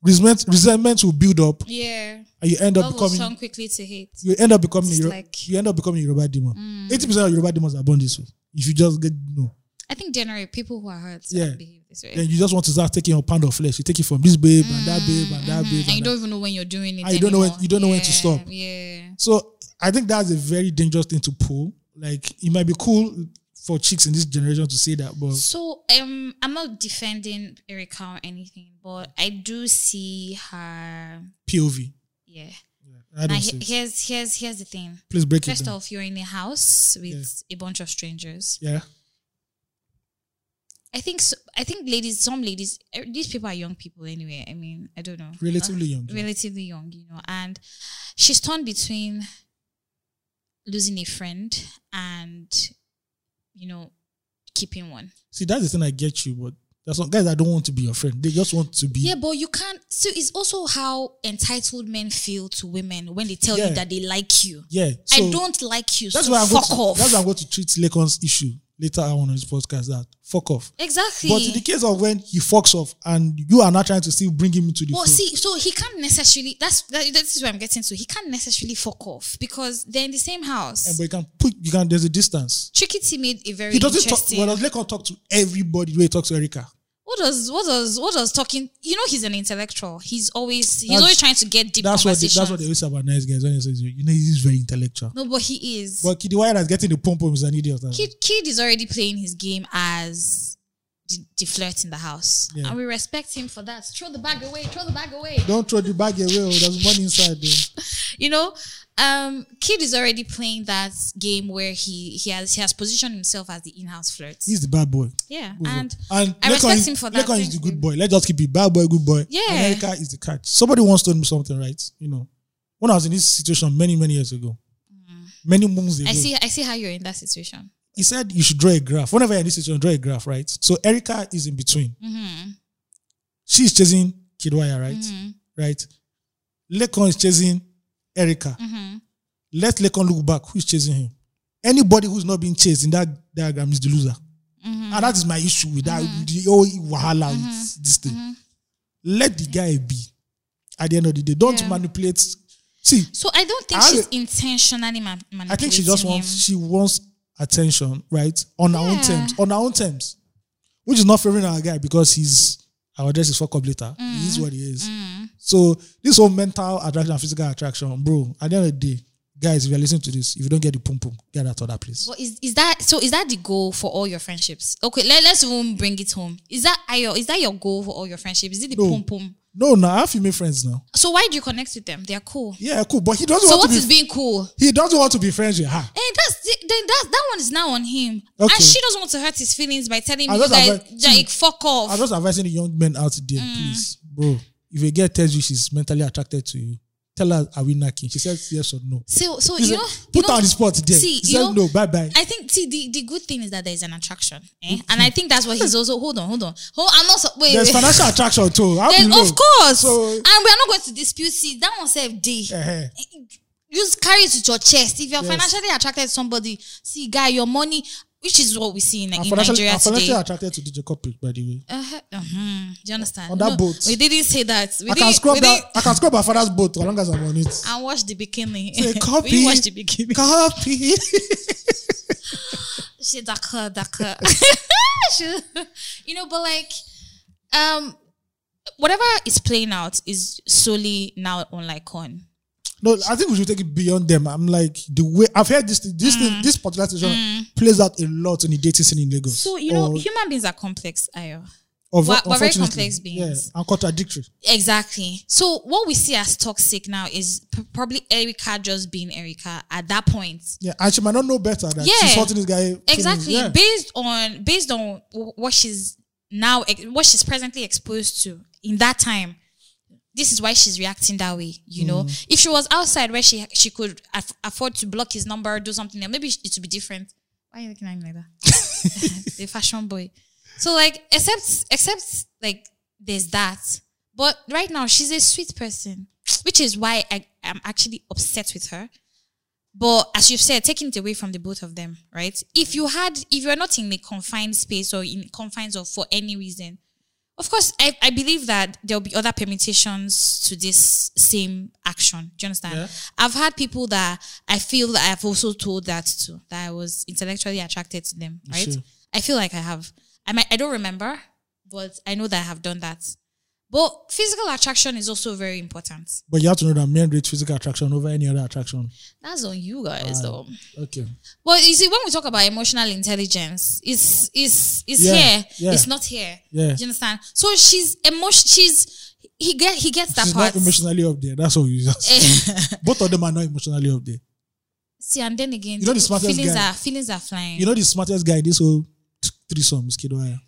Speaker 1: Resentment, resentment will build up,
Speaker 2: yeah.
Speaker 1: and you end up
Speaker 2: Love was
Speaker 1: becoming
Speaker 2: turned quickly to hate.
Speaker 1: you end up becoming
Speaker 2: It's
Speaker 1: Euro-
Speaker 2: like- Mm.
Speaker 1: you end up becoming a Yoruba demon. Eighty percent of Yoruba demons are born this way. If you just get no,
Speaker 2: I think generally people who are hurt
Speaker 1: Yeah.
Speaker 2: behave this way.
Speaker 1: then you just want to start taking a pound of flesh. You take it from this babe and that babe and that babe.
Speaker 2: Mm-hmm. and you
Speaker 1: and
Speaker 2: don't even know when you're doing it.
Speaker 1: And Ah, you don't know when-
Speaker 2: anymore.
Speaker 1: you don't know
Speaker 2: yeah,
Speaker 1: when to stop.
Speaker 2: Yeah.
Speaker 1: So I think that's a very dangerous thing to pull. Like it might be cool for chicks in this generation to say that, but
Speaker 2: So um, I'm not defending Erica or anything, but I do see her.
Speaker 1: POV.
Speaker 2: Yeah.
Speaker 1: I
Speaker 2: Now,
Speaker 1: don't
Speaker 2: he-
Speaker 1: see. it.
Speaker 2: here's here's here's the thing.
Speaker 1: Please break it
Speaker 2: First
Speaker 1: down.
Speaker 2: off, you're in a house with a bunch of strangers.
Speaker 1: Yeah.
Speaker 2: I think so, I think ladies, some ladies, eh, these people are young people anyway. I mean, I don't know.
Speaker 1: Relatively young.
Speaker 2: Uh, relatively young, you know, and she's torn between losing a friend and you know keeping one.
Speaker 1: See, that's the thing I get you, but there's some guys that don't want to be your friend. They just want to be
Speaker 2: Yeah, but you can't. So it's also how entitled men feel to women when they tell
Speaker 1: Yeah.
Speaker 2: you that they like you.
Speaker 1: Yeah. So
Speaker 2: I don't like you.
Speaker 1: that's
Speaker 2: so
Speaker 1: why I'm going
Speaker 2: fuck
Speaker 1: to
Speaker 2: off.
Speaker 1: that's why I'm going to treat Lacon's issue later on in this podcast that fuck off.
Speaker 2: exactly.
Speaker 1: But in the case of when he fucks off and you are not trying to still bring him into the
Speaker 2: Well,
Speaker 1: fold,
Speaker 2: see, so he can't necessarily. That's that, this is where I'm getting to. He can't necessarily fuck off because they're in the same house.
Speaker 1: and but you can put you can there's a distance.
Speaker 2: Tricky T made a very
Speaker 1: He doesn't talk
Speaker 2: interesting.
Speaker 1: well uh, does Lekon talk to everybody the way he talks to Erica.
Speaker 2: what does what does what does talking? You know, he's an intellectual. He's always he's
Speaker 1: That's-
Speaker 2: always trying to get deep
Speaker 1: That's what they,
Speaker 2: conversations.
Speaker 1: that's what they always say about nice guys when they say you know he's very intellectual.
Speaker 2: no, but he is.
Speaker 1: But Kid Wire that's getting the pom pom is an idiot. that's-
Speaker 2: Kid Kid is already playing his game as the, the flirt in the house,
Speaker 1: Yeah.
Speaker 2: and we respect him for that. Throw the bag away. Throw the bag away.
Speaker 1: Don't throw the bag away, oh, there's money inside oh. there.
Speaker 2: you know um kid is already playing that game where he he has he has positioned himself as the in-house flirt
Speaker 1: He's the bad boy.
Speaker 2: yeah
Speaker 1: Move on.
Speaker 2: and
Speaker 1: and
Speaker 2: I
Speaker 1: Lekon
Speaker 2: respect
Speaker 1: is-
Speaker 2: him for that,
Speaker 1: Lekon
Speaker 2: thank
Speaker 1: is the
Speaker 2: you.
Speaker 1: good boy. Let's just keep it bad boy, good boy.
Speaker 2: Yeah.
Speaker 1: And Erica is the catch. Somebody once told me something, right? You know, when I was in this situation many, many years ago, many moons ago,
Speaker 2: Mm. i see i see how you're in that situation
Speaker 1: he said you should draw a graph. Whenever you're in this situation, draw a graph, right? So Erica is in between.
Speaker 2: mm-hmm.
Speaker 1: She's chasing Kidwaya, right?
Speaker 2: Mm-hmm.
Speaker 1: Right? Lekon is chasing Erica.
Speaker 2: Mm-hmm.
Speaker 1: Let Lekon look back. Who's chasing him? Anybody who's not being chased in that diagram is the loser.
Speaker 2: Mm-hmm.
Speaker 1: And that is my issue with that. with The whole wahala with this thing.
Speaker 2: Mhm.
Speaker 1: Let the guy be. At the end of the day, don't
Speaker 2: Yeah.
Speaker 1: manipulate. See,
Speaker 2: so i don't think
Speaker 1: I-
Speaker 2: she's intentionally ma- manipulating
Speaker 1: I think she just wants she wants attention, right? On her own
Speaker 2: Yeah.
Speaker 1: terms. On her own terms. Which is not favoring our guy because he's our address is fuck up later.
Speaker 2: Mm.
Speaker 1: He is what he is. So this whole mental attraction and physical attraction, bro, at the end of the day, guys, if you're listening to this, if you don't get the pum pum, get that other place.
Speaker 2: but is, is that so is that the goal for all your friendships okay let, let's even bring it home is that are your is that your goal for all your friendships is it the
Speaker 1: No.
Speaker 2: pum pum
Speaker 1: No, no, I have female friends now.
Speaker 2: so why do you connect with them they're cool
Speaker 1: Yeah, cool. But he doesn't
Speaker 2: so
Speaker 1: want
Speaker 2: what
Speaker 1: to be
Speaker 2: is being cool
Speaker 1: he doesn't want to be friends with her.
Speaker 2: Hey, that's the- then that that one is now on him,
Speaker 1: Okay.
Speaker 2: and she doesn't want to hurt his feelings by telling
Speaker 1: I
Speaker 2: me
Speaker 1: just
Speaker 2: like,
Speaker 1: advise-
Speaker 2: like fuck
Speaker 1: I'm
Speaker 2: off.
Speaker 1: just advising the young men out there,
Speaker 2: Mm.
Speaker 1: please, bro. If a girl tells you she's mentally attracted to you, tell her are we knocking? She says yes or no.
Speaker 2: So so
Speaker 1: He
Speaker 2: you
Speaker 1: said,
Speaker 2: know,
Speaker 1: put
Speaker 2: you
Speaker 1: her
Speaker 2: know,
Speaker 1: on the spot there.
Speaker 2: See,
Speaker 1: he
Speaker 2: you
Speaker 1: said
Speaker 2: know,
Speaker 1: no, bye bye.
Speaker 2: I think see the, the good thing is that there is an attraction, eh? and I think that's what he's also. Hold on, hold on. Hold, I'm also wait.
Speaker 1: There's
Speaker 2: wait.
Speaker 1: financial attraction too. How
Speaker 2: Then,
Speaker 1: do you know?
Speaker 2: of course,
Speaker 1: So- uh,
Speaker 2: and we are not going to dispute. See that one self D.
Speaker 1: Eh-heh.
Speaker 2: Just carry it with your chest. If you're
Speaker 1: Yes.
Speaker 2: financially attracted to somebody, see, guy, your money, which is what we see in,
Speaker 1: I'm
Speaker 2: in
Speaker 1: financially,
Speaker 2: Nigeria
Speaker 1: I'm financially
Speaker 2: today.
Speaker 1: attracted to DJ Cupcake, by the way.
Speaker 2: Uh-huh. mhm. Do you understand?
Speaker 1: On that boat.
Speaker 2: we didn't say that. We
Speaker 1: I can
Speaker 2: didn't-
Speaker 1: scrub
Speaker 2: we
Speaker 1: that.
Speaker 2: didn't-
Speaker 1: I can scrub my father's boat as long as I'm on it.
Speaker 2: and watch the bikini.
Speaker 1: Say,
Speaker 2: We
Speaker 1: copy.
Speaker 2: watch the bikini.
Speaker 1: Copy.
Speaker 2: She daka daka. She- you know, but like, um, whatever is playing out is solely now on like on.
Speaker 1: no, I think we should take it beyond them. I'm like the way I've heard this thing-
Speaker 2: Mm.
Speaker 1: this thing, this particular situation plays out a lot in the dating scene in Lagos.
Speaker 2: So you know,
Speaker 1: Or-
Speaker 2: human beings are complex, Ayo.
Speaker 1: Of,
Speaker 2: We're- we're very
Speaker 1: unfortunately.
Speaker 2: complex beings.
Speaker 1: Yeah, and contradictory.
Speaker 2: Exactly. So what we see as toxic now is p- probably Erica just being Erica at that point.
Speaker 1: Yeah, and she might not know better that
Speaker 2: Yeah.
Speaker 1: she's hurting this guy.
Speaker 2: Exactly.
Speaker 1: Yeah.
Speaker 2: Based on based on wh- what she's now ex- what she's presently exposed to in that time. This is why she's reacting that way, you know. If she was outside where she she could aff- afford to block his number, do something, else, maybe it would be different. Why are you looking at me like that? the fashion boy. So like, except except like there's that. But right now she's a sweet person, which is why I am actually upset with her. But as you've said, taking it away from the both of them, right? If you had, if you're not in a confined space or in confines or for any reason, of course, I, I believe that there'll be other permutations to this same action. Do you understand?
Speaker 1: Yeah.
Speaker 2: I've had people that I feel that I've also told that to, that I was intellectually attracted to them, right?
Speaker 1: Sure.
Speaker 2: I feel like I have. I might, I don't remember, but I know that I have done that. But physical attraction is also very important.
Speaker 1: But you have to know that men rate physical attraction over any other attraction.
Speaker 2: That's on you guys, though.
Speaker 1: Okay.
Speaker 2: Well, you see, when we talk about emotional intelligence, it's it's it's
Speaker 1: Yeah,
Speaker 2: here,
Speaker 1: yeah.
Speaker 2: it's not here.
Speaker 1: Yeah.
Speaker 2: Do you understand? So she's emotion. She's he get he gets that
Speaker 1: she's
Speaker 2: part.
Speaker 1: not emotionally up there. That's all you just.
Speaker 2: Eh,
Speaker 1: Both of them are not emotionally up there.
Speaker 2: see, and then again,
Speaker 1: You know the smartest
Speaker 2: feelings
Speaker 1: guy.
Speaker 2: are feelings are flying.
Speaker 1: You know the smartest guy in this whole t- threesome is Kid Wire.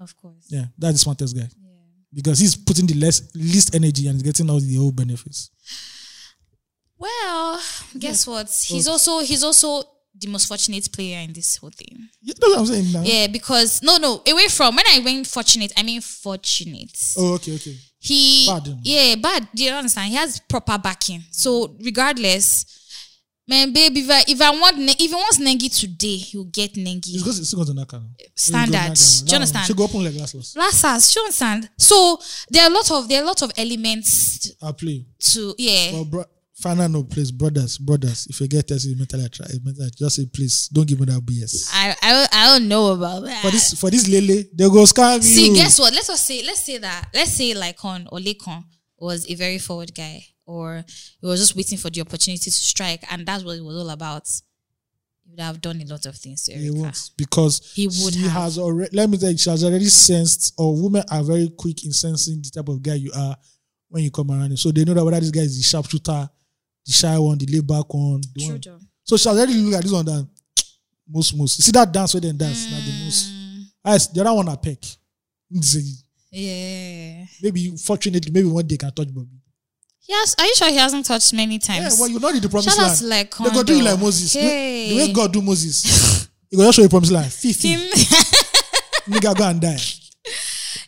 Speaker 2: of course.
Speaker 1: Yeah, that's the smartest guy. Because he's putting the less least energy and he's getting all the whole benefits.
Speaker 2: Well, guess what? He's also he's also the most fortunate player in this whole thing.
Speaker 1: You know what I'm saying now?
Speaker 2: Yeah, because no, no, away from when I went fortunate, I mean fortunate.
Speaker 1: Oh, okay, okay.
Speaker 2: he
Speaker 1: Bad. um,
Speaker 2: yeah bad do you understand he has proper backing so regardless man babe if i if i want ne- if he wants nengi today he'll get nengi
Speaker 1: It's because it's still going to knock down.
Speaker 2: Standard.
Speaker 1: It's gonna knock down. That one,
Speaker 2: Eh, Do you understand?
Speaker 1: She go open like last loss.
Speaker 2: Lasas, do you understand? So there are a lot of there are a lot of elements
Speaker 1: I play.
Speaker 2: to yeah.
Speaker 1: Well, bro, final no, please, brothers, brothers. If you get tested mentally, try mentally, just say please, don't give me that BS.
Speaker 2: I, I don't- I don't know about that.
Speaker 1: For this, for this lele, they go scam you.
Speaker 2: See, guess what? Let's just say, let's say that, let's say Lycon or Lycon was a very forward guy, or he was just waiting for the opportunity to strike, and that's what it was all about. He would have done a lot of things to
Speaker 1: He
Speaker 2: Erica.
Speaker 1: won't because
Speaker 2: He would
Speaker 1: she
Speaker 2: have.
Speaker 1: has already. Let me tell you, she has already sensed, or women are very quick in sensing the type of guy you are when you come around. So they know that whether this guy is the sharpshooter, the shy one, the laid back one, the
Speaker 2: True,
Speaker 1: one.
Speaker 2: though.
Speaker 1: So she has already looked at this one that most most. See that dance where they dance, not the most.
Speaker 2: Mm.
Speaker 1: As the other one I peck. Nzi.
Speaker 2: Yeah.
Speaker 1: Maybe fortunately, maybe one day can touch Bobby.
Speaker 2: Yes. Are you sure he hasn't touched many
Speaker 1: Yeah,
Speaker 2: times?
Speaker 1: well, you're not in the promised
Speaker 2: Shout out
Speaker 1: land.
Speaker 2: to like
Speaker 1: they go do you
Speaker 2: Kondo.
Speaker 1: like Moses.
Speaker 2: Hey.
Speaker 1: The way God do Moses, he go just show you promised land. Fifi,
Speaker 2: Tim-
Speaker 1: nigga go and die.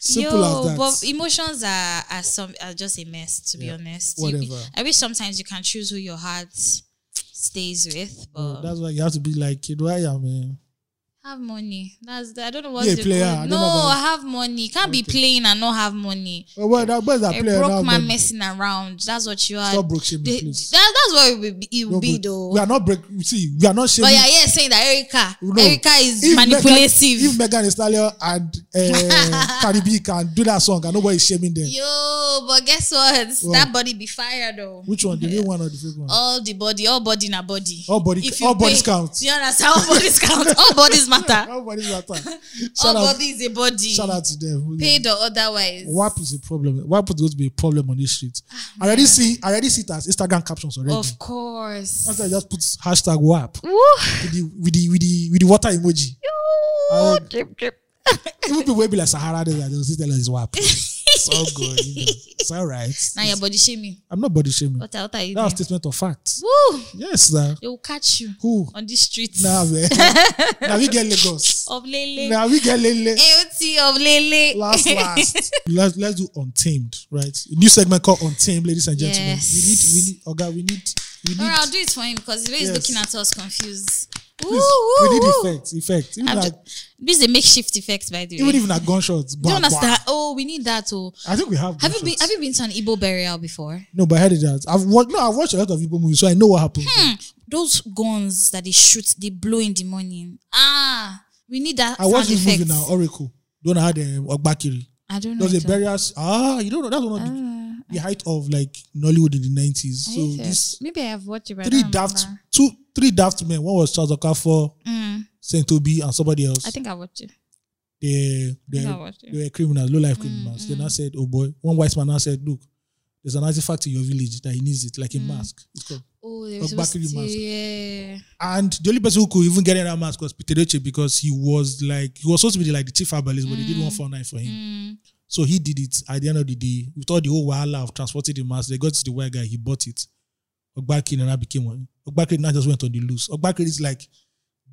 Speaker 1: Simple
Speaker 2: Yo,
Speaker 1: as that.
Speaker 2: but emotions are are some are just a mess to be
Speaker 1: Yeah,
Speaker 2: honest. You-
Speaker 1: whatever.
Speaker 2: I wish sometimes you can choose who your heart stays with, but
Speaker 1: Oh, that's why you have to be like kid. Why am man?
Speaker 2: have money. That's the, I don't know what's
Speaker 1: Yeah,
Speaker 2: the
Speaker 1: player, I
Speaker 2: word.
Speaker 1: don't
Speaker 2: No,
Speaker 1: know about-
Speaker 2: have money. You can't be playing and not have money.
Speaker 1: Well, Oh, well, that boy's that
Speaker 2: A
Speaker 1: player now.
Speaker 2: broke man
Speaker 1: but
Speaker 2: messing around. That's what you are.
Speaker 1: Stop broke shaming,
Speaker 2: The-
Speaker 1: please.
Speaker 2: that- that's what it will be, it will
Speaker 1: No,
Speaker 2: be
Speaker 1: but
Speaker 2: though.
Speaker 1: We are not break. you See, we are not
Speaker 2: but
Speaker 1: shaming.
Speaker 2: yeah, yeah, saying that Erica,
Speaker 1: No.
Speaker 2: Erica is
Speaker 1: If Megan-
Speaker 2: manipulative.
Speaker 1: if Megan Thee Stallion and uh, Cardi B can do that song, and nobody is shaming them.
Speaker 2: Yo, but guess what?
Speaker 1: What?
Speaker 2: That body be fired though.
Speaker 1: Which one? The real one or the fake one?
Speaker 2: All the body, all body na body.
Speaker 1: All body-
Speaker 2: If you
Speaker 1: all bodies count.
Speaker 2: You understand? All bodies count. All bodies matter.
Speaker 1: Nobody's matter.
Speaker 2: all
Speaker 1: Shout out,
Speaker 2: body is a body.
Speaker 1: shout out to them.
Speaker 2: Paid or otherwise.
Speaker 1: WAP is a problem. WAP is going to be a problem on this street. I already see. I already see it as Instagram captions already.
Speaker 2: Ah, Of course.
Speaker 1: After I just put hashtag WAP
Speaker 2: Woo!
Speaker 1: with the with the with the, with the water emoji.
Speaker 2: Yo,
Speaker 1: would-
Speaker 2: drip, drip.
Speaker 1: Even people will be like Sahara, they will still tell us it's WAP. it's all good. You know. It's all right.
Speaker 2: Now your body shaming.
Speaker 1: I'm not body shaming.
Speaker 2: What, what are you
Speaker 1: That's a
Speaker 2: doing?
Speaker 1: statement of fact.
Speaker 2: Woo!
Speaker 1: Yes, sir.
Speaker 2: They will catch you
Speaker 1: Who?
Speaker 2: on the streets
Speaker 1: Nah, man. now we get Lagos.
Speaker 2: of Lele.
Speaker 1: Now we get Lele.
Speaker 2: AOT of Lele.
Speaker 1: Last, last. let's, let's do Untamed, right? A new segment called Untamed, ladies and gentlemen.
Speaker 2: Yes.
Speaker 1: We need, we need, Oga, we need, we need,
Speaker 2: Alright, I'll do it for him because the way he's
Speaker 1: Yes.
Speaker 2: looking at us confused. Woo,
Speaker 1: please,
Speaker 2: woo,
Speaker 1: we need
Speaker 2: woo.
Speaker 1: effects, effects. Even,
Speaker 2: I'm
Speaker 1: like,
Speaker 2: ju- this is a makeshift effect, by the way.
Speaker 1: even even at gunshots.
Speaker 2: Do
Speaker 1: Bah,
Speaker 2: you
Speaker 1: bah.
Speaker 2: understand? Oh, we need that. Oh,
Speaker 1: I think we have.
Speaker 2: have you been
Speaker 1: gunshots.
Speaker 2: have you been to an Igbo burial before?
Speaker 1: No, but I heard it out. I've watched. No, I've watched a lot of Igbo movies, so I know what happened.
Speaker 2: Hmm, Those guns that they shoot, they blow in the morning. Ah, we need that.
Speaker 1: I watched
Speaker 2: sound
Speaker 1: this movie
Speaker 2: effect.
Speaker 1: now, Oracle. Don't know how the um, Ogbakiri.
Speaker 2: I don't know.
Speaker 1: Does a
Speaker 2: John.
Speaker 1: burial s- ah you don't know that's one of the, the height of like Nollywood in the nineties.
Speaker 2: Ah, I
Speaker 1: So
Speaker 2: hate it.
Speaker 1: this
Speaker 2: Maybe I have watched it. but I
Speaker 1: three
Speaker 2: don't
Speaker 1: daft
Speaker 2: remember.
Speaker 1: two three daft men. One was Charles Okafor,
Speaker 2: Mm,
Speaker 1: Saint Toby, and somebody else.
Speaker 2: I think I watched it.
Speaker 1: they they,
Speaker 2: think I watched it. Mm-hmm.
Speaker 1: they were criminals, low life criminals. They now said, "Oh boy," one white man now said, "Look, there's an artifact in your village that he needs it,
Speaker 2: Mm.
Speaker 1: like a mask." It's called.
Speaker 2: Oh, they
Speaker 1: Or
Speaker 2: were supposed to,
Speaker 1: Bakri mask.
Speaker 2: yeah.
Speaker 1: And the only person who could even get in that mask was Peter Eche because he was like he was supposed to be the, like the chief herbalist, but they did one four nine for him.
Speaker 2: Mm.
Speaker 1: So he did it at the end of the day. With all the whole wahala of transporting the mask, they got to the white guy, he bought it. Ogbaki and I became one. Ogbaki now just went on the loose. Ogbaki is like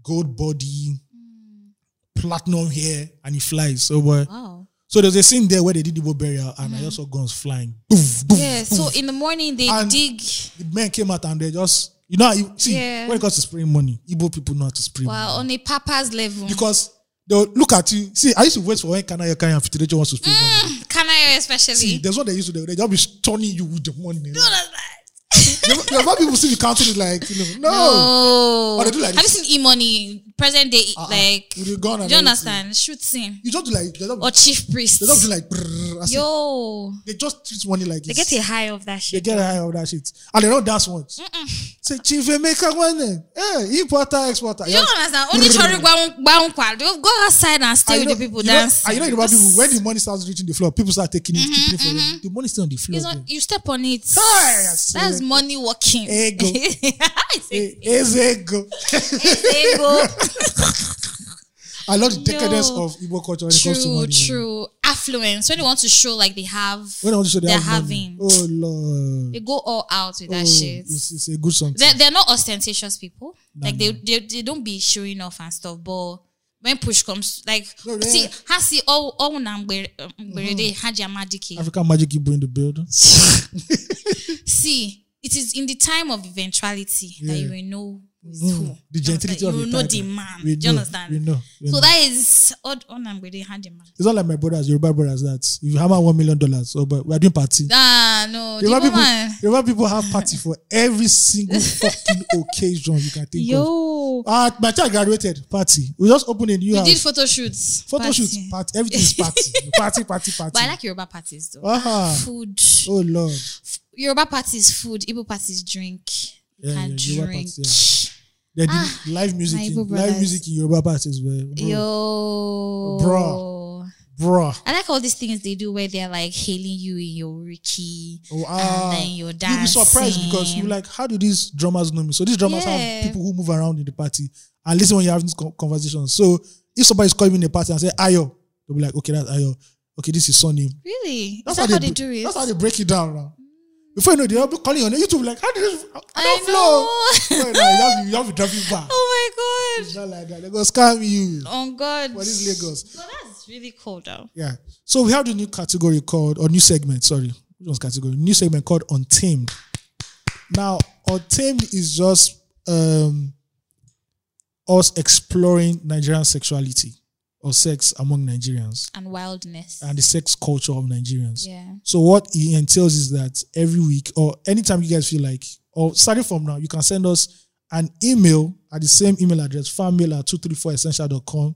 Speaker 1: gold body,
Speaker 2: Mm.
Speaker 1: platinum hair, and he flies. So, boy.
Speaker 2: Wow.
Speaker 1: so there's a scene there where they did the boat burial, and
Speaker 2: Mm.
Speaker 1: I just saw guns flying. Boof, boof,
Speaker 2: Yeah.
Speaker 1: boof.
Speaker 2: So in the morning they
Speaker 1: And-
Speaker 2: dig.
Speaker 1: the men came out and they just, you know, how you, see,
Speaker 2: Yeah.
Speaker 1: when it comes to spraying money, Igbo people know how to spray money.
Speaker 2: Wow. On a papa's level.
Speaker 1: Because they'll look at you. See, I used to wait for when Kana Yokai and Fitirejo wants to spray money.
Speaker 2: Can I especially?
Speaker 1: See, there's what they used to do. They just be stunning you with the money.
Speaker 2: What was that?
Speaker 1: There are people still be counting it like, you know, no.
Speaker 2: Oh,
Speaker 1: Or they do like
Speaker 2: have
Speaker 1: this.
Speaker 2: you seen E-Money present day?
Speaker 1: Uh-uh.
Speaker 2: Like,
Speaker 1: With the gun and
Speaker 2: do
Speaker 1: everything.
Speaker 2: you understand? Shoot scene
Speaker 1: You just do like, they just,
Speaker 2: or chief priest?
Speaker 1: they just do like, brrr, as if
Speaker 2: Yo,
Speaker 1: they just treat money like
Speaker 2: they
Speaker 1: it's-
Speaker 2: get a high of that
Speaker 1: they
Speaker 2: shit.
Speaker 1: get a high of that shit. And they don't dance once. Say, Chief Emeka Wane, eh, importer, exporter.
Speaker 2: you don't understand? Only chori gba- gba nkwa. Go go outside and stay
Speaker 1: And
Speaker 2: with
Speaker 1: you
Speaker 2: the
Speaker 1: know-
Speaker 2: people
Speaker 1: you know-
Speaker 2: dance. Mm-hmm,
Speaker 1: And you know the bad people, when the money starts reaching the floor, people start taking it, keeping it for them. The money still on the floor.
Speaker 2: It's
Speaker 1: bro.
Speaker 2: not, you step on it.
Speaker 1: Hey, that's-
Speaker 2: That's money working.
Speaker 1: Ego.
Speaker 2: It's
Speaker 1: Eh, eh, ego.
Speaker 2: Ego.
Speaker 1: I love the decadence
Speaker 2: Yo.
Speaker 1: of Igbo culture when it comes to money. man.
Speaker 2: True, true. Affluence. When they want to show like they have,
Speaker 1: When I want to show they
Speaker 2: They're
Speaker 1: have money.
Speaker 2: having.
Speaker 1: Oh, Lord.
Speaker 2: they go all out with that
Speaker 1: Oh,
Speaker 2: shit.
Speaker 1: It's, it's a good song.
Speaker 2: they're, they're not ostentatious people. like they, they they don't be showing off and stuff. But when push comes, like
Speaker 1: No, Mm-hmm. yeah.
Speaker 2: see, oh, hasi all all namberede haja madiki.
Speaker 1: African Magic Igbo in the building.
Speaker 2: See, it is in the time of eventuality
Speaker 1: Yeah.
Speaker 2: that you will know who's
Speaker 1: Mm.
Speaker 2: who.
Speaker 1: The
Speaker 2: Do you understand?
Speaker 1: gentility of
Speaker 2: you
Speaker 1: the
Speaker 2: will know
Speaker 1: title.
Speaker 2: the man.
Speaker 1: We
Speaker 2: Do
Speaker 1: know,
Speaker 2: you understand?
Speaker 1: we know, we
Speaker 2: so
Speaker 1: know.
Speaker 2: that is oh, odd on namberede haja man.
Speaker 1: It's not like my brothers, Yoruba brothers, that if you hammer one million dollars, oh, but we are doing party.
Speaker 2: Ah no, the
Speaker 1: Yoruba people,
Speaker 2: woman.
Speaker 1: Yoruba people have party for every single fucking occasion you can think of.
Speaker 2: Yo,
Speaker 1: Ah, my child graduated, party. We just opened a new
Speaker 2: we
Speaker 1: house.
Speaker 2: did photo shoots.
Speaker 1: Photo
Speaker 2: party.
Speaker 1: shoots, party. Everything is party. party, party, party.
Speaker 2: But I like Yoruba parties though.
Speaker 1: ah,
Speaker 2: Food.
Speaker 1: oh Lord.
Speaker 2: Yoruba parties food, Igbo parties drink. You
Speaker 1: Yeah,
Speaker 2: can
Speaker 1: yeah, Yoruba
Speaker 2: drink.
Speaker 1: parties, Then the live music,
Speaker 2: Ah, my
Speaker 1: in,
Speaker 2: Igbo
Speaker 1: live
Speaker 2: brothers.
Speaker 1: music in Yoruba parties, were bro,
Speaker 2: Yo.
Speaker 1: Bruh. bro.
Speaker 2: I like all these things they do where they're like hailing you in your Ricky.
Speaker 1: Oh, ah.
Speaker 2: then you're
Speaker 1: You'll be surprised because you're
Speaker 2: dancing.
Speaker 1: like, how do these drummers know me? So these drummers have
Speaker 2: Yeah.
Speaker 1: people who move around in the party and listen when you're having these con- conversations. So if somebody's calling me in the party and say Ayo, they'll be like, okay, that's Ayo. Okay, this is Sonny.
Speaker 2: Really?
Speaker 1: That's
Speaker 2: Is that how they,
Speaker 1: br-
Speaker 2: do it?
Speaker 1: That's how they break it down now. Before you know, it, they'll be calling you on YouTube like, how did this? I, I don't
Speaker 2: I
Speaker 1: flow. Before you know, you have to- you have to drop it back.
Speaker 2: oh my god.
Speaker 1: It's not like that. They're gonna scam you
Speaker 2: Oh god.
Speaker 1: for this Lagos.
Speaker 2: Well, that's really cool though.
Speaker 1: Yeah. So we have the new category called, or new segment, sorry. Which one's category? New segment called Untamed. Now, Untamed is just um, us exploring Nigerian sexuality or sex among Nigerians
Speaker 2: And wildness.
Speaker 1: and the sex culture of Nigerians.
Speaker 2: yeah.
Speaker 1: So what it entails is that every week or anytime you guys feel like, or starting from now, you can send us an email at the same email address, fanmail at 234essential.com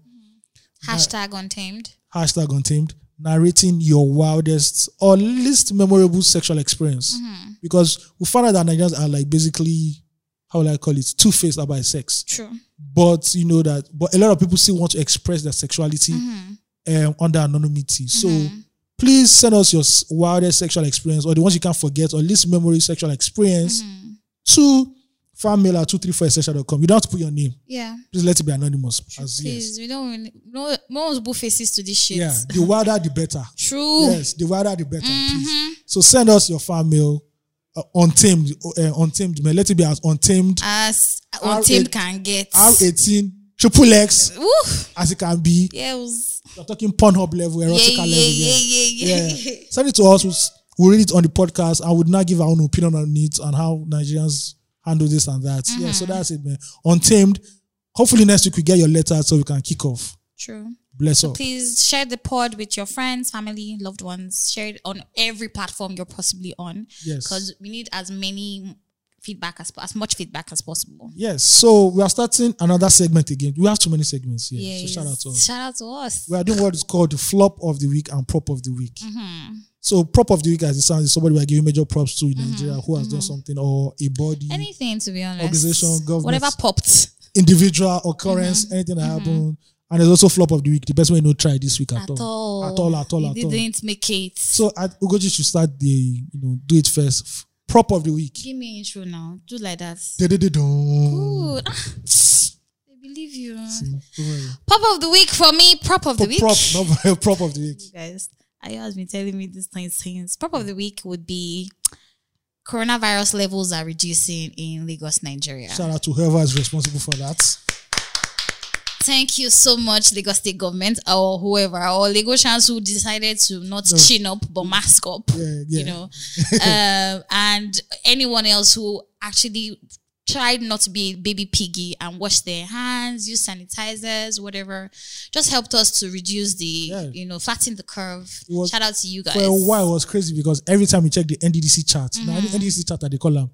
Speaker 2: Hashtag untamed.
Speaker 1: hashtag untamed narrating your wildest or least memorable sexual experience because we found out that nigerians are like basically how will i call it two-faced about sex
Speaker 2: True.
Speaker 1: but you know that but a lot of people still want to express their sexuality um, under anonymity so please send us your s- wildest sexual experience or the ones you can't forget or least memory sexual experience to fanmail at 234essential.com you don't have to put your name
Speaker 2: Yeah.
Speaker 1: please let it be anonymous as yes
Speaker 2: Please, we don't really- no no one's boo faces to this shit.
Speaker 1: yeah the wilder the better
Speaker 2: True.
Speaker 1: Yes, the wilder the better,
Speaker 2: Mm-hmm.
Speaker 1: please. So send us your fan mail, uh, untamed, uh, untamed mail. Let it be as untamed,
Speaker 2: As
Speaker 1: R
Speaker 2: untamed
Speaker 1: eight-
Speaker 2: can get.
Speaker 1: R18, triple X,
Speaker 2: Woo.
Speaker 1: as it can be.
Speaker 2: Yeah, it was-
Speaker 1: You're talking Pornhub level,
Speaker 2: yeah,
Speaker 1: erotica
Speaker 2: yeah,
Speaker 1: level.
Speaker 2: yeah,
Speaker 1: Yeah.
Speaker 2: yeah, yeah, yeah.
Speaker 1: Send it to us. We'll, s- we'll read it on the podcast and would not give our own opinion on it and how Nigerians handle this and that. Yeah,
Speaker 2: Mm-hmm.
Speaker 1: so that's it, man. Untamed. Hopefully next week we get your letter so we can kick off.
Speaker 2: True.
Speaker 1: Bless up.
Speaker 2: Please share the pod with your friends, family, loved ones. Share it on every platform you're possibly on.
Speaker 1: Yes.
Speaker 2: Because we need as many feedback as as much feedback as possible.
Speaker 1: Yes. So we are starting another segment again. We have too many segments here. So shout out to us.
Speaker 2: Shout out to us.
Speaker 1: we are doing what is called the flop of the week and prop of the week. So prop of the week, as it sounds, is somebody we are giving major props to in
Speaker 2: Mm-hmm.
Speaker 1: Nigeria who has done something or a body,
Speaker 2: Anything to be honest.
Speaker 1: Organization, government.
Speaker 2: Whatever popped. Mm-hmm.
Speaker 1: individual occurrence, anything that happened. And there's also flop of the week, the best one you know try this week at,
Speaker 2: at all.
Speaker 1: At all, at all,
Speaker 2: You
Speaker 1: at all.
Speaker 2: didn't make it.
Speaker 1: So at Ugoji should start the, you know, do it first. F- Prop of the week.
Speaker 2: Give me intro now. Do like that.
Speaker 1: Da-da-da-dum.
Speaker 2: Good. I believe you.
Speaker 1: Mm. See, don't worry.
Speaker 2: Pop of the week for me. Prop of the week.
Speaker 1: Prop, not- prop of the week.
Speaker 2: You guys, Ayo has been telling me this thing since. Prop of the week would be coronavirus levels are reducing in Lagos, Nigeria.
Speaker 1: Shout out to whoever is responsible for that.
Speaker 2: Thank you so much, Lagos State Government or whoever, or Lagosians who decided to not chin up but mask up.
Speaker 1: Yeah, yeah.
Speaker 2: you know, um, and anyone else who actually tried not to be baby piggy and wash their hands, use sanitizers, whatever, just helped us to reduce the,
Speaker 1: Yeah.
Speaker 2: you know, flatten the curve.
Speaker 1: It was-
Speaker 2: Shout out to you guys.
Speaker 1: For a while, it was crazy because every time you check the NDDC chart, now the NDDC chart that they call them,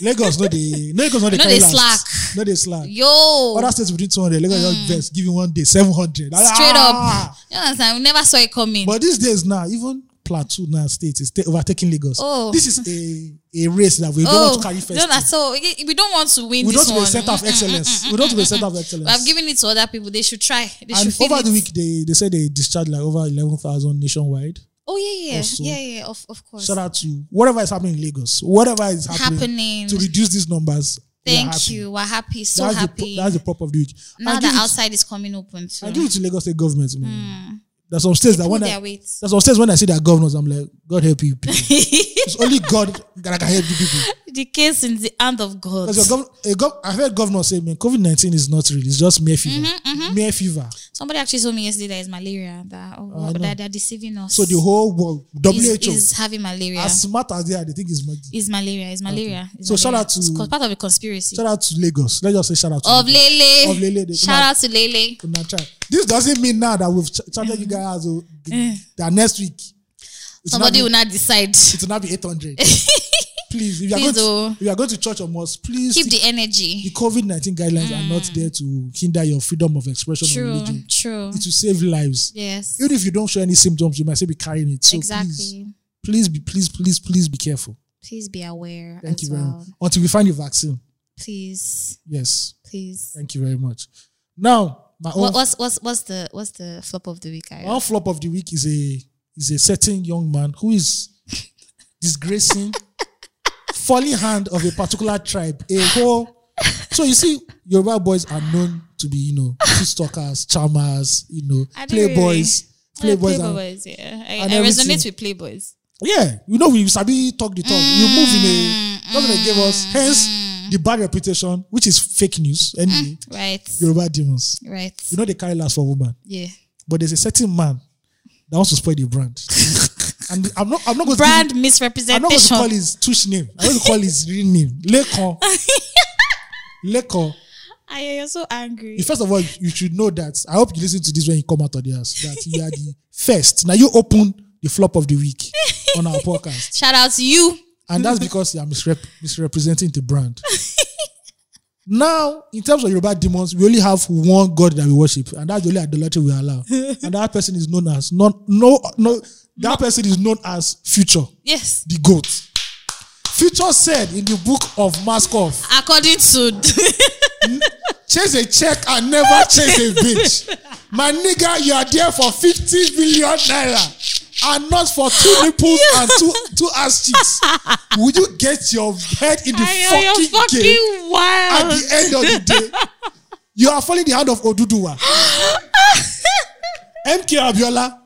Speaker 1: Lagos, no, they, Lagos, no, they carry
Speaker 2: Mm-hmm. No, they
Speaker 1: last.
Speaker 2: slack.
Speaker 1: No, they slack.
Speaker 2: Yo,
Speaker 1: Other states between 200, Lagos just best, giving one day 700. Straight
Speaker 2: straight up. You understand? We never saw it coming.
Speaker 1: ah. But these days now, even Plateau now state is ta- overtaking Lagos.
Speaker 2: Oh.
Speaker 1: This is a, a race that we don't
Speaker 2: oh,
Speaker 1: want to carry first.
Speaker 2: no, that's so we don't want to win
Speaker 1: we don't want to
Speaker 2: this
Speaker 1: be a
Speaker 2: one. Mm,
Speaker 1: center of
Speaker 2: Mm-mm.
Speaker 1: excellence. We don't want to be a center of
Speaker 2: But
Speaker 1: excellence.
Speaker 2: I've given it to other people. They should try. They
Speaker 1: and
Speaker 2: should feel
Speaker 1: over the
Speaker 2: it.
Speaker 1: week, they, they said they discharged like over 11,000 nationwide.
Speaker 2: Oh yeah, yeah,
Speaker 1: Also.
Speaker 2: yeah, yeah. Of of course.
Speaker 1: Shout out to whatever is happening in Lagos, whatever is happening,
Speaker 2: Happening.
Speaker 1: to reduce these numbers. we are
Speaker 2: Thank
Speaker 1: happy.
Speaker 2: you. We're happy. So
Speaker 1: That's
Speaker 2: happy.
Speaker 1: The, that's the prop of the week.
Speaker 2: now
Speaker 1: I give,
Speaker 2: the
Speaker 1: it,
Speaker 2: outside is coming open too.
Speaker 1: I give it to Lagos State government. Man. There's some states that
Speaker 2: Pull
Speaker 1: when I,
Speaker 2: Hmm. their weight.
Speaker 1: there's some states when I see their governors, I'm like, God help you people. it's only God that can help you people.
Speaker 2: The case in the hand of God.
Speaker 1: Because your gov- a gov- I heard governor say, man, COVID 19 is not real. It's just mere fever.
Speaker 2: Mm-hmm,
Speaker 1: Mere fever.
Speaker 2: Somebody actually told me yesterday that it's malaria that, oh,
Speaker 1: I know.
Speaker 2: that they're deceiving us.
Speaker 1: So the whole world, WHO,
Speaker 2: is, is having malaria.
Speaker 1: as smart as they are, they think it's mad.
Speaker 2: is malaria. Is malaria. Is
Speaker 1: So shout
Speaker 2: malaria.
Speaker 1: out to-
Speaker 2: It's co- part of the conspiracy.
Speaker 1: Shout out to Lagos. Let's just say shout out to
Speaker 2: Of
Speaker 1: Lagos.
Speaker 2: Lele.
Speaker 1: Of Lele, they come
Speaker 2: Shout
Speaker 1: out.
Speaker 2: out to Lele.
Speaker 1: Una try. This doesn't mean now that we've ch-
Speaker 2: Mm-hmm.
Speaker 1: charted you guys oh, th- that next week. It's
Speaker 2: Mm. Somebody
Speaker 1: not
Speaker 2: will not decide.
Speaker 1: it will not be 800. please, if you, are
Speaker 2: Please,
Speaker 1: going to,
Speaker 2: oh.
Speaker 1: if you are going to church or mosque, please
Speaker 2: Keep
Speaker 1: keep
Speaker 2: the energy.
Speaker 1: the COVID 19 guidelines are not there to hinder your freedom of expression or
Speaker 2: True.
Speaker 1: religion.
Speaker 2: True.
Speaker 1: It will save lives.
Speaker 2: Yes.
Speaker 1: Even if you don't show any symptoms, you might still be carrying it. So please,
Speaker 2: Exactly.
Speaker 1: please, be, please, please, please be careful.
Speaker 2: Please be aware.
Speaker 1: Thank
Speaker 2: as
Speaker 1: you very
Speaker 2: well.
Speaker 1: much. Until we find a vaccine.
Speaker 2: Please.
Speaker 1: Yes.
Speaker 2: Please.
Speaker 1: Thank you very much. Now, my own,
Speaker 2: What, what's what's what's the what's the flop of the week? I
Speaker 1: my own flop of the week is a is a certain young man who is disgracing falling hand of a particular tribe. A whole so you see, Yoruba boys are known to be, you know, stalkers, charmers, you know,
Speaker 2: Are they
Speaker 1: playboys. Playboys and
Speaker 2: yeah. I,
Speaker 1: and I everything. resonate
Speaker 2: with playboys.
Speaker 1: Yeah, you know, we sabi talk the talk. we move in a that's what they gave us. Hence the bad reputation, which is fake news. Anyway,
Speaker 2: Right.
Speaker 1: Yoruba demons.
Speaker 2: Right.
Speaker 1: You know they carry last for woman,
Speaker 2: Yeah.
Speaker 1: but there's a certain man that wants to spoil the brand. and I'm not. I'm not going to.
Speaker 2: Brand
Speaker 1: give- I'm not going to call
Speaker 2: misrepresentation.
Speaker 1: his tush name. I'm going to call his real name. Lekon. Lekon.
Speaker 2: I am so angry.
Speaker 1: You- First of all, you should know that. I hope you listen to this when you come out of the house. That you are the first. Now you open the flop of the week on our podcast.
Speaker 2: Shout out to you.
Speaker 1: And that's because you are misrep- misrepresenting the brand. now, in terms of Yoruba demons, we only have one God that we worship, and that's the only idolatry we allow. and that person is known as non, no no that person is known as Future,
Speaker 2: Yes.
Speaker 1: the goat. Future said in the book of Maskov,
Speaker 2: According to
Speaker 1: chase a check and never chase a bitch. My nigga, you are there for 50 billion naira and not for two nipples and two two ass cheeks. Will you get your head in the
Speaker 2: I am
Speaker 1: fucking, game
Speaker 2: fucking
Speaker 1: at
Speaker 2: wild.
Speaker 1: the end of the day? You are following the hand of Oduduwa. MK Abiola,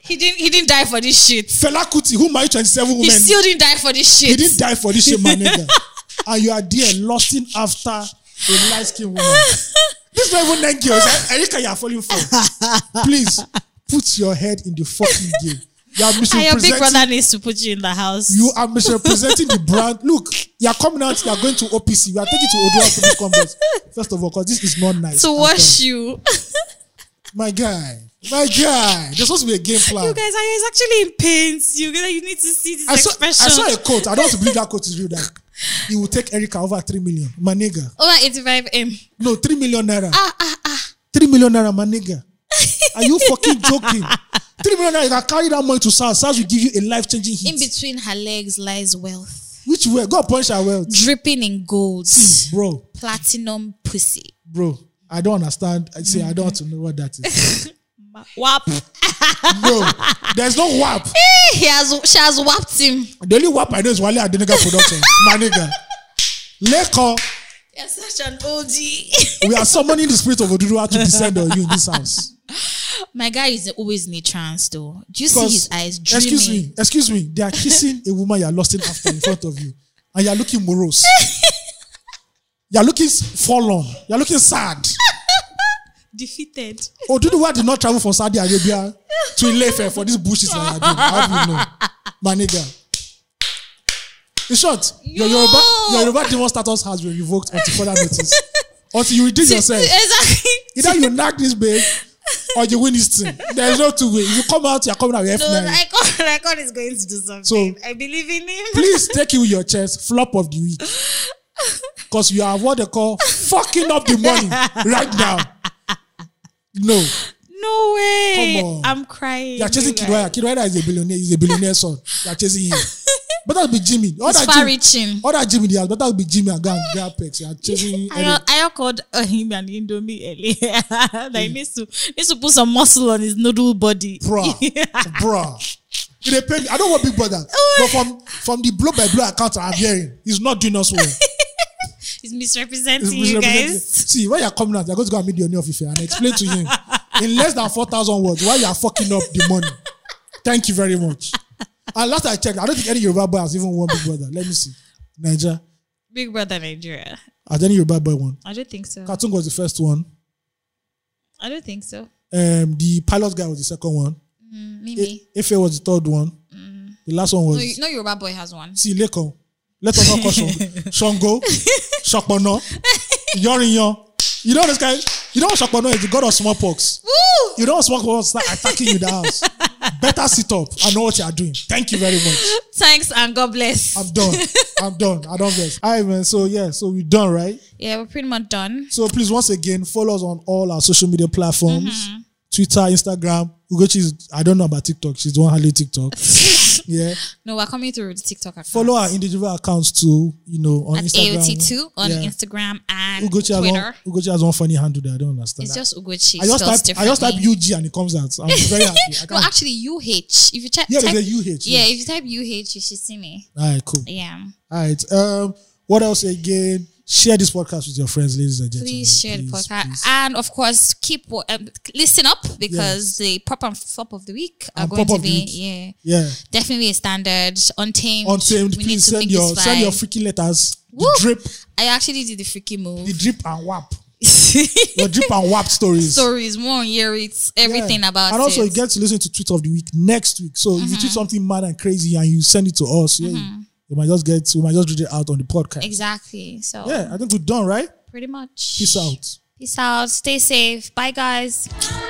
Speaker 2: He didn't he didn't die for this shit.
Speaker 1: Fela Kuti, who married 27 women.
Speaker 2: He still didn't die for this
Speaker 1: He
Speaker 2: shit.
Speaker 1: didn't die for this shit, my nigga. and you are there lusting after a light skinned woman. This is not even nine girls. eh? Erika, you are falling for. Please put your head in the fucking game. You are
Speaker 2: And your big
Speaker 1: misrepresenting.
Speaker 2: brother needs to put you in the house.
Speaker 1: You are misrepresenting the brand. Look, you are coming out. You are going to OPC. You are taking to Odua for this Congress. First of all, because this is not nice.
Speaker 2: to
Speaker 1: at
Speaker 2: wash you.
Speaker 1: all. my guy, my guy. There's supposed to be a game plan.
Speaker 2: You guys are he's actually in pains. You guys, you need to see this
Speaker 1: I saw, I
Speaker 2: expression.
Speaker 1: saw a quote. I don't want to believe that quote is real. That he will take Erika over three million. My nigga.
Speaker 2: Over 85 M.
Speaker 1: No, three million naira. Ah, ah, ah. Three million naira, my nigga. Are you fucking joking? three million naira, you can carry that money to SARS. SARS will give you a life changing
Speaker 2: In
Speaker 1: hit.
Speaker 2: between her legs lies wealth,
Speaker 1: Which way? God punch our wealth. Hmm.
Speaker 2: dripping in gold,
Speaker 1: Bro,
Speaker 2: platinum pussy.
Speaker 1: bro. I don't understand. I say I don't want to know what that is.
Speaker 2: Wap.
Speaker 1: no, there's no WAP.
Speaker 2: he has, she has whapped him.
Speaker 1: The only WAP I know is Wale Adeniga Production. My nigga. Leko,
Speaker 2: You're such an OG.
Speaker 1: we are summoning the spirit of Oduduwa to descend on you in this house.
Speaker 2: My guy is always in a trance, though. Do you see his
Speaker 1: Because,
Speaker 2: eyes dreaming?
Speaker 1: excuse me, excuse me, they are kissing a woman you are lusting after in front of you, and you are looking morose. you are looking forlorn. You are looking sad. Oh,
Speaker 3: Defeated.
Speaker 1: Oduduwa did not travel from Saudi Arabia to Ilefe for these bushes that you are doing. How do you know? My nigga. In short, your
Speaker 2: Yo!
Speaker 1: Yoruba, your Yoruba demon status has been revoked until further notice. Until you redeem yourself.
Speaker 2: Exactly.
Speaker 1: Either you knock this babe or you win this thing. There's no two ways. If you come out, you're coming out with
Speaker 2: No,
Speaker 1: F9.
Speaker 2: Icon, Icon is going to do something.
Speaker 1: So-
Speaker 2: I believe in him.
Speaker 1: Please take you your chest, flop of the week. Because you are what they call fucking up the money right now. No.
Speaker 2: No way.
Speaker 1: Come on.
Speaker 2: I'm crying.
Speaker 1: You are chasing
Speaker 2: You guys.
Speaker 1: Kidwaya. Kidwaya is a billionaire. He's a billionaire son. You are chasing him. Better be Jimmy. All
Speaker 2: It's
Speaker 1: that
Speaker 2: far
Speaker 1: Jimmy,
Speaker 2: reaching.
Speaker 1: all that Jimmy they have. Better be Jimmy and Gang Gapex. You are chasing
Speaker 2: I,
Speaker 1: Eric.
Speaker 2: I called uh, him an Indomie earlier. like needs to needs to put some muscle on his noodle body.
Speaker 1: Bruh. Bruh. It dey pain me. I don't want big brother. But from, from the blow by blow account I'm hearing, he's not doing us well.
Speaker 2: He's misrepresenting
Speaker 1: It's
Speaker 2: you
Speaker 1: misrepresented.
Speaker 2: guys.
Speaker 1: See, when you're coming out, you're going to go and meet the Oni of Ife and explain to him in less than 4,000 words why you're fucking up the money. Thank you very much. And last I checked, I don't think any Yoruba boy has even won Big Brother. Let me see. Niger,
Speaker 2: Big Brother Nigeria.
Speaker 1: has any Yoruba boy won?
Speaker 2: I don't think so.
Speaker 1: Cartoon was the first one.
Speaker 2: I don't think so.
Speaker 1: Um, the pilot guy was the second one.
Speaker 2: Mm,
Speaker 1: I-
Speaker 2: Mimi.
Speaker 1: Ife was the third one. The last one was.
Speaker 2: No, you- no Yoruba boy has one.
Speaker 1: See, Lekon. Let us not call Shon- Shango, Shakpono, Yorinyo. You know this guy? You know what Shakpono is? The god of smallpox.
Speaker 2: Woo!
Speaker 1: You don't want someone to start attacking you the house. Better sit up. I know what you are doing. Thank you very much.
Speaker 2: Thanks and God bless.
Speaker 1: I'm done. I'm done. I don't guess. All right, man. So yeah, so we're done, right?
Speaker 2: yeah, we're pretty much done.
Speaker 1: So please, once again, follow us on all our social media platforms:
Speaker 2: Mm-hmm.
Speaker 1: Twitter, Instagram. Ugochi is I don't know about TikTok. She's the one handling TikTok. yeah.
Speaker 2: No, we're coming through the TikTok account.
Speaker 1: Follow our individual accounts too. You know on
Speaker 2: at
Speaker 1: Instagram.
Speaker 2: AOT2 on
Speaker 1: Yeah.
Speaker 2: Instagram and
Speaker 1: Ugochi has,
Speaker 2: Twitter.
Speaker 1: one, Ugochi has one funny handle that I don't understand.
Speaker 2: It's just Ugochi.
Speaker 1: I just
Speaker 2: spelled
Speaker 1: type I just type
Speaker 2: differently.
Speaker 1: UG and it comes out. I'm very happy. I
Speaker 2: No,
Speaker 1: can't,
Speaker 2: actually, UH. If you check,
Speaker 1: yeah,
Speaker 2: type,
Speaker 1: there's a UH.
Speaker 2: yeah, if you type UH, you should see me.
Speaker 1: All right, cool.
Speaker 2: Yeah.
Speaker 1: All right. Um, what else again? Share this podcast with your friends, ladies and gentlemen.
Speaker 2: Please share the podcast.
Speaker 1: please.
Speaker 2: And of course, keep wa- um, listen up because the pop and flop of the week are
Speaker 1: And
Speaker 2: going
Speaker 1: pop
Speaker 2: to
Speaker 1: of the
Speaker 2: be,
Speaker 1: week.
Speaker 2: yeah,
Speaker 1: Yeah.
Speaker 2: definitely a standard. Untamed.
Speaker 1: Untamed,
Speaker 2: We need
Speaker 1: please
Speaker 2: to
Speaker 1: send
Speaker 2: make
Speaker 1: your
Speaker 2: this
Speaker 1: send your
Speaker 2: fly.
Speaker 1: freaking letters.
Speaker 2: Woo!
Speaker 1: The drip,
Speaker 2: I actually did the freaky
Speaker 1: the
Speaker 2: move.
Speaker 1: drip and wap. Your drip and wap stories.
Speaker 2: Stories, more year, it's everything
Speaker 1: Yeah.
Speaker 2: about
Speaker 1: And also,
Speaker 2: it. Mm-hmm.
Speaker 1: you get to listen to tweet of the week next week. So if you tweet something mad and crazy and you send it to us, yeah, you might just get we might just read it out on the podcast.
Speaker 2: exactly. So,
Speaker 1: Yeah, I think we're done, right?
Speaker 2: pretty much.
Speaker 1: Peace out.
Speaker 2: Peace out. Stay safe. Bye, guys.